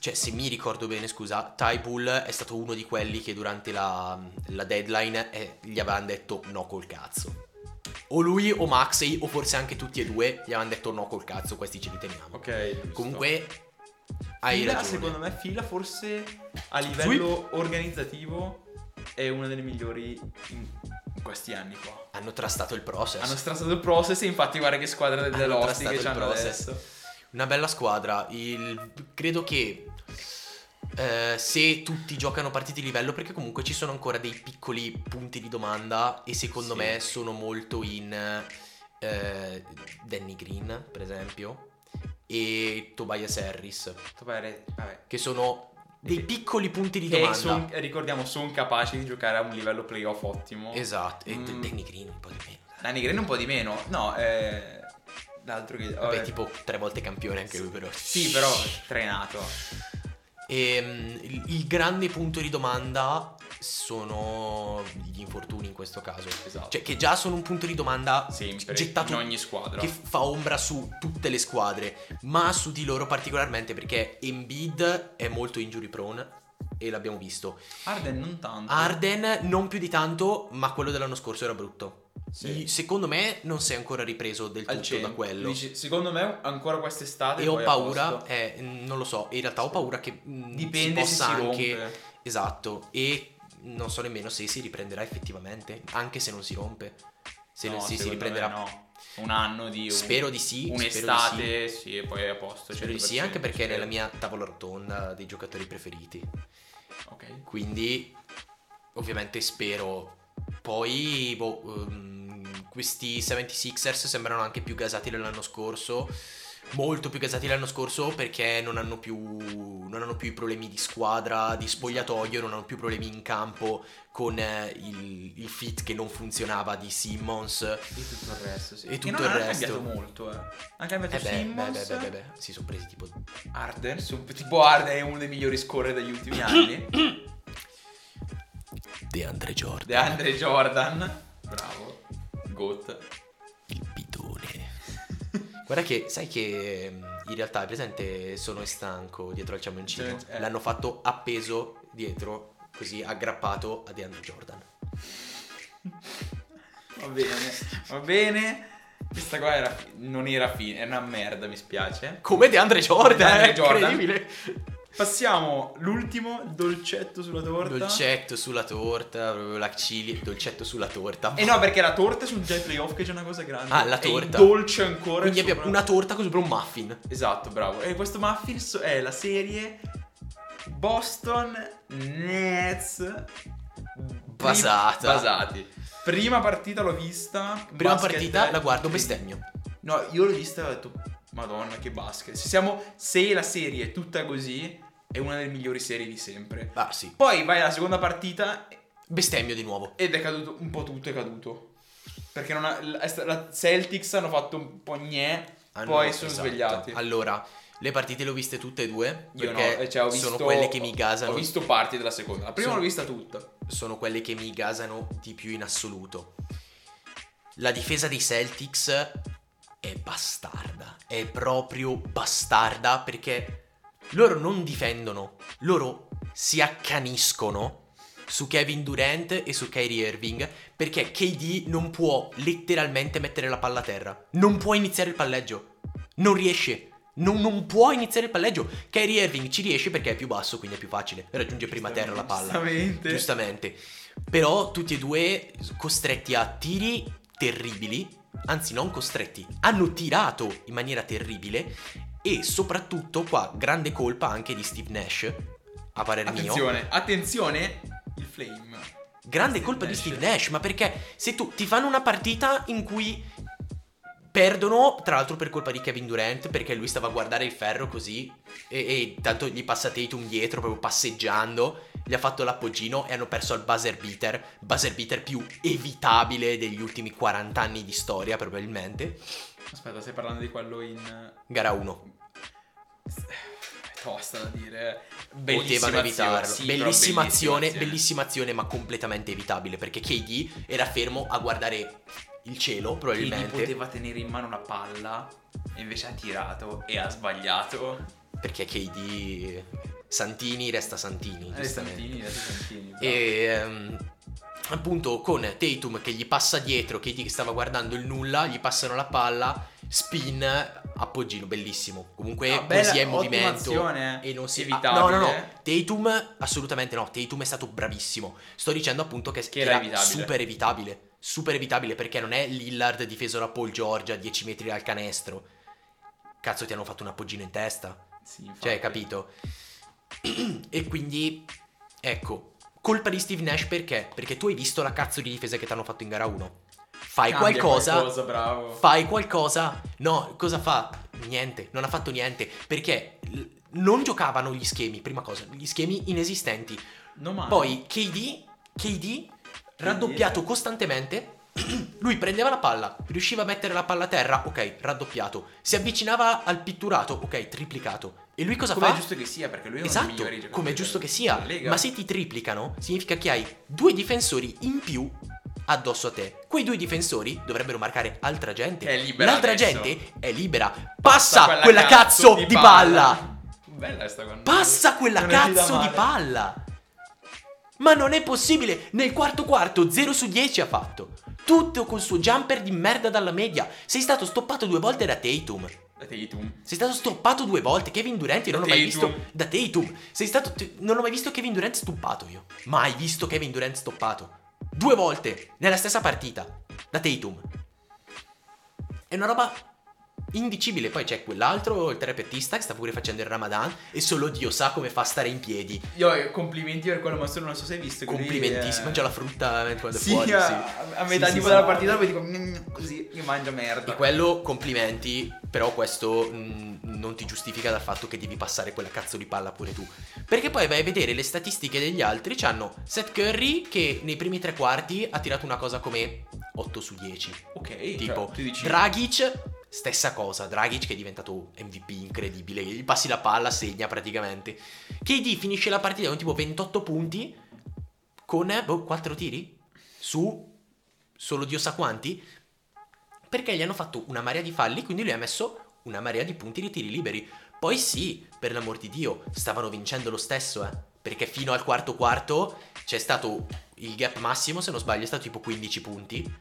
[SPEAKER 2] cioè se mi ricordo bene, scusa, Tybull è stato uno di quelli che durante la, la deadline eh, gli avevano detto no col cazzo. O lui o Maxey, o forse anche tutti e due, gli avevano detto no col cazzo, questi ce li teniamo.
[SPEAKER 1] Ok. giusto.
[SPEAKER 2] Comunque, hai
[SPEAKER 1] Fila,
[SPEAKER 2] ragione.
[SPEAKER 1] secondo me, Fila forse a livello organizzativo è una delle migliori in in questi anni qua.
[SPEAKER 2] Hanno trastato il process.
[SPEAKER 1] Hanno strassato il process e infatti guarda che squadra
[SPEAKER 2] Hanno
[SPEAKER 1] dell'Osti che
[SPEAKER 2] trastato il
[SPEAKER 1] c'hanno
[SPEAKER 2] process.
[SPEAKER 1] adesso.
[SPEAKER 2] Una bella squadra. Il- Credo che eh, se tutti giocano partite di livello, perché comunque ci sono ancora dei piccoli punti di domanda e secondo
[SPEAKER 1] Sì.
[SPEAKER 2] me sono molto in... eh, eh, Danny Green, per esempio, e Tobias Harris,
[SPEAKER 1] Topare- vabbè.
[SPEAKER 2] che sono dei piccoli punti di
[SPEAKER 1] Che
[SPEAKER 2] domanda.
[SPEAKER 1] son- ricordiamo, sono capaci di giocare a un livello playoff ottimo.
[SPEAKER 2] Esatto, e
[SPEAKER 1] Mm.
[SPEAKER 2] Danny Green un po' di meno.
[SPEAKER 1] Danny Green un po' di meno. No, eh, l'altro che...
[SPEAKER 2] Vabbè,
[SPEAKER 1] vabbè.
[SPEAKER 2] tipo tre volte campione anche lui, però.
[SPEAKER 1] Sì, però trenato.
[SPEAKER 2] E, mm, il, il grande punto di domanda sono gli infortuni in questo caso.
[SPEAKER 1] Esatto.
[SPEAKER 2] Cioè, che già sono un punto di domanda
[SPEAKER 1] Sempre.
[SPEAKER 2] gettato
[SPEAKER 1] in ogni squadra.
[SPEAKER 2] che fa ombra su tutte le squadre, ma su di loro particolarmente perché Embiid è molto injury prone e l'abbiamo visto.
[SPEAKER 1] Arden non tanto.
[SPEAKER 2] Arden non più di tanto, ma quello dell'anno scorso era brutto.
[SPEAKER 1] Sì.
[SPEAKER 2] I- Secondo me non si è ancora ripreso del
[SPEAKER 1] Al
[SPEAKER 2] tutto da
[SPEAKER 1] centro.
[SPEAKER 2] quello.
[SPEAKER 1] Dici, secondo me ancora quest'estate...
[SPEAKER 2] E ho
[SPEAKER 1] poi a
[SPEAKER 2] paura,
[SPEAKER 1] posto.
[SPEAKER 2] eh, non lo so, in realtà ho paura che mm,
[SPEAKER 1] Dipende
[SPEAKER 2] si possa
[SPEAKER 1] se si
[SPEAKER 2] anche...
[SPEAKER 1] rompe.
[SPEAKER 2] Esatto, e non so nemmeno se si riprenderà effettivamente, anche se non si rompe. Se
[SPEAKER 1] No,
[SPEAKER 2] non si, si
[SPEAKER 1] secondo me
[SPEAKER 2] riprenderà.
[SPEAKER 1] no. Un anno di... un-
[SPEAKER 2] Spero di sì. Spero di sì.
[SPEAKER 1] Un'estate, sì. e poi è a posto.
[SPEAKER 2] Spero di sì, anche
[SPEAKER 1] 100%,
[SPEAKER 2] perché è
[SPEAKER 1] spero.
[SPEAKER 2] nella mia tavola rotonda dei giocatori preferiti.
[SPEAKER 1] Ok.
[SPEAKER 2] Quindi, ovviamente spero. Poi, boh, ehm, questi 76ers sembrano anche più gasati dell'anno scorso. Molto più gasati dell'anno scorso perché non hanno più, non hanno più i problemi di squadra, di spogliatoio, non hanno più problemi in campo con eh, il, il fit che non funzionava di Simmons.
[SPEAKER 1] E tutto il resto, sì.
[SPEAKER 2] E
[SPEAKER 1] Che
[SPEAKER 2] tutto
[SPEAKER 1] non
[SPEAKER 2] il
[SPEAKER 1] hanno
[SPEAKER 2] resto.
[SPEAKER 1] cambiato molto, eh. Hanno cambiato
[SPEAKER 2] Eh beh, beh,
[SPEAKER 1] Simmons,
[SPEAKER 2] beh, beh, beh, beh, si sono presi tipo
[SPEAKER 1] Arden, su- tipo Arden è uno dei migliori scorer degli ultimi anni,
[SPEAKER 2] [COUGHS] DeAndre Jordan,
[SPEAKER 1] De Andre Jordan, bravo, GOAT.
[SPEAKER 2] il bidone. Guarda che, sai che ehm, in realtà è presente Sono e stanco dietro al ciamoncino.
[SPEAKER 1] Cioè, eh.
[SPEAKER 2] L'hanno fatto appeso dietro, così aggrappato a DeAndre Jordan.
[SPEAKER 1] Va bene, va bene. Questa qua era fi- non era fine, è una merda, mi spiace.
[SPEAKER 2] Come DeAndre Jordan,
[SPEAKER 1] DeAndre
[SPEAKER 2] è
[SPEAKER 1] Jordan.
[SPEAKER 2] incredibile.
[SPEAKER 1] Passiamo l'ultimo il dolcetto sulla torta.
[SPEAKER 2] Dolcetto sulla torta, proprio la cili, dolcetto sulla torta.
[SPEAKER 1] E Eh no, perché la torta è sul jet playoff che c'è una cosa grande.
[SPEAKER 2] Ah, la
[SPEAKER 1] E il
[SPEAKER 2] torta.
[SPEAKER 1] dolce ancora.
[SPEAKER 2] Quindi
[SPEAKER 1] sopra-
[SPEAKER 2] abbiamo una torta con sopra un muffin.
[SPEAKER 1] Esatto, bravo. E questo muffin so- è la serie Boston Nets
[SPEAKER 2] Basata.
[SPEAKER 1] Basati. Prima partita l'ho vista.
[SPEAKER 2] Prima
[SPEAKER 1] basket eh.
[SPEAKER 2] partita
[SPEAKER 1] è
[SPEAKER 2] la guardo
[SPEAKER 1] incredibile.
[SPEAKER 2] bestemmio.
[SPEAKER 1] No, io l'ho vista e ho detto Madonna che basket. Se siamo se la serie è tutta così è una delle migliori serie di sempre.
[SPEAKER 2] Ah sì,
[SPEAKER 1] Poi vai alla seconda partita
[SPEAKER 2] bestemmio di nuovo.
[SPEAKER 1] ed è caduto un po' tutto è caduto. Perché non ha, la- è sta- la Celtics hanno fatto un po' gnè,
[SPEAKER 2] Ah,
[SPEAKER 1] poi
[SPEAKER 2] no,
[SPEAKER 1] sono
[SPEAKER 2] esatto.
[SPEAKER 1] svegliati.
[SPEAKER 2] Allora, le partite le ho viste tutte e due.
[SPEAKER 1] Io no,
[SPEAKER 2] perché
[SPEAKER 1] eh, cioè, ho visto,
[SPEAKER 2] sono quelle che mi gasano.
[SPEAKER 1] Ho visto parti della seconda. La prima
[SPEAKER 2] Sono-
[SPEAKER 1] l'ho vista tutta.
[SPEAKER 2] Sono quelle che mi gasano di più in assoluto. La difesa dei Celtics è bastarda. È proprio bastarda perché loro non difendono, loro si accaniscono su Kevin Durant e su Kyrie Irving perché KD non può letteralmente mettere la palla a terra. Non può iniziare il palleggio. Non riesce. Non, non può iniziare il palleggio. Kyrie Irving ci riesce perché è più basso, quindi è più facile. Raggiunge prima a terra la palla.
[SPEAKER 1] Giustamente.
[SPEAKER 2] Giustamente. Però tutti e due costretti a tiri terribili, anzi non costretti, hanno tirato in maniera terribile e soprattutto qua grande colpa anche di Steve Nash, a parer mio.
[SPEAKER 1] Attenzione, attenzione, il flame.
[SPEAKER 2] Grande
[SPEAKER 1] Steve
[SPEAKER 2] colpa di
[SPEAKER 1] Nash.
[SPEAKER 2] Steve Nash, ma perché se tu ti fanno una partita in cui perdono, tra l'altro per colpa di Kevin Durant, perché lui stava a guardare il ferro così e, e tanto gli passa Tatum dietro proprio passeggiando, gli ha fatto l'appoggino e hanno perso al buzzer beater, buzzer beater più evitabile degli ultimi 40 anni di storia probabilmente,
[SPEAKER 1] Aspetta, stai parlando di quello in...
[SPEAKER 2] gara 1.
[SPEAKER 1] È Eh, tosta da dire. Bellissima
[SPEAKER 2] Potevano evitarlo.
[SPEAKER 1] azione, sì, però
[SPEAKER 2] bellissima azione, bellissima azione, ma completamente evitabile perché KD era fermo a guardare il cielo,
[SPEAKER 1] Quindi
[SPEAKER 2] probabilmente.
[SPEAKER 1] poteva tenere in mano una palla e invece ha tirato e ha sbagliato.
[SPEAKER 2] Perché KD Santini resta Santini,
[SPEAKER 1] Eh,
[SPEAKER 2] giustamente.
[SPEAKER 1] Santini, eh, Santini, bravo.
[SPEAKER 2] E ehm, appunto con Tatum che gli passa dietro, KD che stava guardando il nulla, gli passano la palla, spin, appoggino, bellissimo. Comunque
[SPEAKER 1] Ah, bella,
[SPEAKER 2] così è in
[SPEAKER 1] ottima
[SPEAKER 2] movimento.
[SPEAKER 1] azione, eh.
[SPEAKER 2] E non si
[SPEAKER 1] evitabile.
[SPEAKER 2] ah, No, no, no. Tatum assolutamente no. Tatum è stato bravissimo. Sto dicendo appunto che,
[SPEAKER 1] Che era evitabile.
[SPEAKER 2] super evitabile. Super evitabile perché non è Lillard difeso da Paul George a 10 metri dal canestro. Cazzo, ti hanno fatto un appoggino in testa.
[SPEAKER 1] Sì, infatti.
[SPEAKER 2] Cioè, hai capito? [CLEARS THROAT] e quindi, ecco, colpa di Steve Nash perché? Perché tu hai visto la cazzo di difesa che ti hanno fatto in gara 1. fai
[SPEAKER 1] Cambia
[SPEAKER 2] qualcosa,
[SPEAKER 1] qualcosa, bravo.
[SPEAKER 2] fai qualcosa. No, cosa fa? Niente, non ha fatto niente, perché l- non giocavano gli schemi, prima cosa, gli schemi inesistenti.
[SPEAKER 1] No, male.
[SPEAKER 2] Poi KD, KD raddoppiato costantemente. [CLEARS THROAT] Lui prendeva la palla, riusciva a mettere la palla a terra, ok, raddoppiato. Si avvicinava al pitturato, ok, triplicato. E lui cosa
[SPEAKER 1] come è
[SPEAKER 2] fa?
[SPEAKER 1] giusto che sia, perché lui è uno dei
[SPEAKER 2] Esatto,
[SPEAKER 1] migliori giocatori
[SPEAKER 2] come è giusto che sia.
[SPEAKER 1] della Lega.
[SPEAKER 2] Ma se ti triplicano, significa che hai due difensori in più addosso a te. Quei due difensori dovrebbero marcare altra gente.
[SPEAKER 1] È libera
[SPEAKER 2] L'altra
[SPEAKER 1] adesso.
[SPEAKER 2] gente è libera. Passa, quella, cazzo, di, palla.
[SPEAKER 1] Bella sta con
[SPEAKER 2] Passa quella
[SPEAKER 1] Non è uscita
[SPEAKER 2] cazzo di
[SPEAKER 1] male.
[SPEAKER 2] palla! Ma non è possibile! Nel quarto quarto 0 su 10 ha fatto. Tutto col suo jumper di merda dalla media. Sei stato stoppato due volte da Tatum.
[SPEAKER 1] Da Tatum.
[SPEAKER 2] Sei stato stoppato due volte. Kevin Durant, io non
[SPEAKER 1] Da
[SPEAKER 2] l'ho mai
[SPEAKER 1] Tatum.
[SPEAKER 2] visto. Da Tatum. Sei stato. t- Non ho mai visto Kevin Durant stoppato io. Mai visto Kevin Durant stoppato. Due volte nella stessa partita. Da Tatum. È una roba indicibile. Poi c'è quell'altro, il terapeutista, che sta pure facendo il Ramadan. E solo Dio sa come fa a stare in piedi.
[SPEAKER 1] Io io complimenti per quello, ma solo non so se hai visto. che lui,
[SPEAKER 2] Complimentissimo.
[SPEAKER 1] eh,
[SPEAKER 2] Mangia la frutta eh, quando è
[SPEAKER 1] Sì,
[SPEAKER 2] fuori.
[SPEAKER 1] a,
[SPEAKER 2] sì.
[SPEAKER 1] a metà
[SPEAKER 2] Sì,
[SPEAKER 1] tipo
[SPEAKER 2] sì,
[SPEAKER 1] della
[SPEAKER 2] sì.
[SPEAKER 1] partita poi dico "Mm, così, io mangio
[SPEAKER 2] Di
[SPEAKER 1] merda.
[SPEAKER 2] quello complimenti, però questo mh, non ti giustifica dal fatto che devi passare quella cazzo di palla pure tu. Perché poi vai a vedere le statistiche degli altri, c'hanno Seth Curry che nei primi tre quarti ha tirato una cosa come 8 su 10.
[SPEAKER 1] ok,
[SPEAKER 2] tipo
[SPEAKER 1] cioè, tu dici
[SPEAKER 2] Dragic, stessa cosa, Dragic che è diventato MVP incredibile, gli passi la palla, segna praticamente. KD finisce la partita con tipo 28 punti con 4 tiri su solo Dio sa quanti perché gli hanno fatto una marea di falli, quindi lui ha messo una marea di punti di tiri liberi. Poi sì, per l'amor di Dio, stavano vincendo lo stesso, eh. Perché fino al quarto quarto c'è stato il gap massimo, se non sbaglio, è stato tipo 15 punti.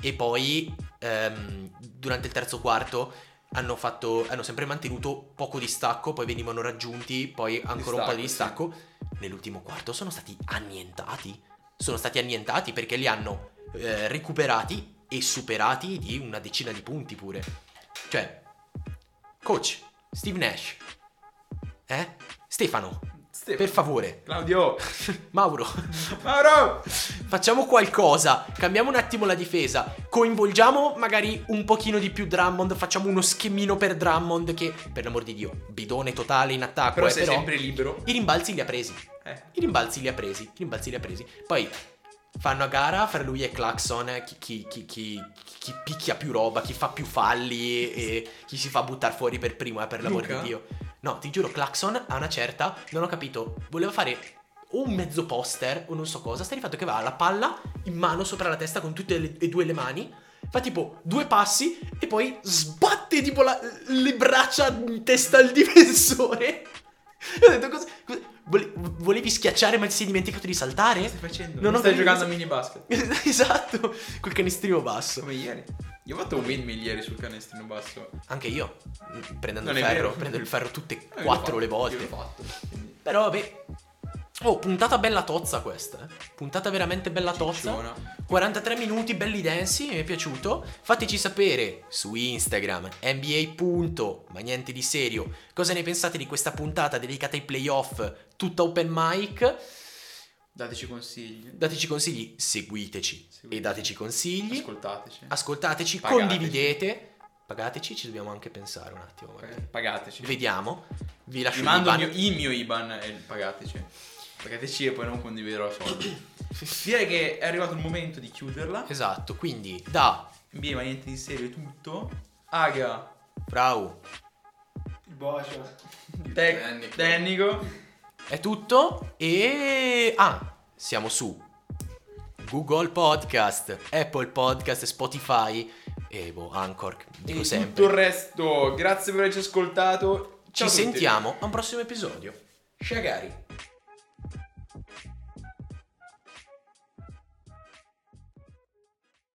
[SPEAKER 2] E poi ehm, durante il terzo quarto hanno, fatto, hanno sempre mantenuto poco di stacco, poi venivano raggiunti, poi ancora un po' di
[SPEAKER 1] Distacco,
[SPEAKER 2] distacco. Nell'ultimo quarto sono stati annientati. Sono stati annientati perché li hanno eh, recuperati e superati di una decina di punti pure. Cioè, coach, Steve Nash, eh? Stefano,
[SPEAKER 1] Stefano,
[SPEAKER 2] per favore, [LAUGHS]
[SPEAKER 1] Claudio,
[SPEAKER 2] Mauro,
[SPEAKER 1] Mauro,
[SPEAKER 2] facciamo qualcosa, cambiamo un attimo la difesa, coinvolgiamo magari un pochino di più Drummond, facciamo uno schemino per Drummond che, per l'amor di Dio, bidone totale in attacco,
[SPEAKER 1] però
[SPEAKER 2] eh,
[SPEAKER 1] sei sempre libero.
[SPEAKER 2] i rimbalzi li ha presi.
[SPEAKER 1] Eh.
[SPEAKER 2] I rimbalzi li ha presi, i rimbalzi li ha presi. Poi fanno a gara fra lui e Claxon eh, chi, chi- chi- chi- chi picchia più roba, chi fa più falli e chi si fa buttare fuori per primo, eh, per l'amor
[SPEAKER 1] Luca?
[SPEAKER 2] di Dio. No, ti giuro, Claxon a una certa, non ho capito, voleva fare o un mezzo poster o non so cosa, sta di fatto che va la palla in mano sopra la testa con tutte le- e due le mani, fa tipo due passi e poi sbatte tipo la- le braccia in testa al [LAUGHS] difensore. E ho detto cosa, cosa- vole- volevi schiacciare ma ti sei dimenticato di saltare? [LAUGHS]
[SPEAKER 1] Stai facendo?
[SPEAKER 2] Non ho
[SPEAKER 1] stai
[SPEAKER 2] capito
[SPEAKER 1] giocando a
[SPEAKER 2] cosa-
[SPEAKER 1] mini basket.
[SPEAKER 2] esatto, col canestrino basso.
[SPEAKER 1] Come ieri. Io ho fatto un windmill ieri sul canestrino basso.
[SPEAKER 2] Anche io, mm, prendendo
[SPEAKER 1] Non
[SPEAKER 2] il
[SPEAKER 1] è
[SPEAKER 2] ferro,
[SPEAKER 1] vero.
[SPEAKER 2] prendo il ferro tutte
[SPEAKER 1] Eh,
[SPEAKER 2] e
[SPEAKER 1] io
[SPEAKER 2] quattro
[SPEAKER 1] l'ho
[SPEAKER 2] le
[SPEAKER 1] fatto,
[SPEAKER 2] volte.
[SPEAKER 1] Io l'ho fatto. Quindi,
[SPEAKER 2] Però vabbè. Oh, puntata bella tozza questa, eh. Puntata veramente bella tozza.
[SPEAKER 1] cicciona.
[SPEAKER 2] 43 minuti belli densi, mi è piaciuto. Fateci sapere su Instagram NBA. punto, Ma niente di serio. Cosa ne pensate di questa puntata dedicata ai playoff, tutta open mic?
[SPEAKER 1] Dateci consigli.
[SPEAKER 2] Dateci consigli, seguiteci e
[SPEAKER 1] Seguiteci.
[SPEAKER 2] dateci consigli.
[SPEAKER 1] Ascoltateci.
[SPEAKER 2] Ascoltateci,
[SPEAKER 1] Pagateci.
[SPEAKER 2] condividete. Pagateci, ci dobbiamo anche pensare un attimo. magari.
[SPEAKER 1] Ok, Pagateci.
[SPEAKER 2] Vediamo. Vi lascio
[SPEAKER 1] Vi
[SPEAKER 2] il
[SPEAKER 1] mando il
[SPEAKER 2] ban-
[SPEAKER 1] mio, il mio IBAN e pagateci. Pagateci e poi non condividerò soldi. Direi che è arrivato il momento di chiuderla.
[SPEAKER 2] Esatto, quindi da
[SPEAKER 1] NBA ma niente di serio è tutto. Aga,
[SPEAKER 2] Frau
[SPEAKER 3] Boscia.
[SPEAKER 1] tec- tecnico.
[SPEAKER 2] è tutto e... Ah, siamo su Google Podcast, Apple Podcast, Spotify e boh, Anchor, dico
[SPEAKER 1] e tutto il
[SPEAKER 2] sempre.
[SPEAKER 1] resto. Grazie per averci ascoltato. Ciao
[SPEAKER 2] Ci
[SPEAKER 1] a tutti.
[SPEAKER 2] sentiamo a un prossimo episodio. Shagari.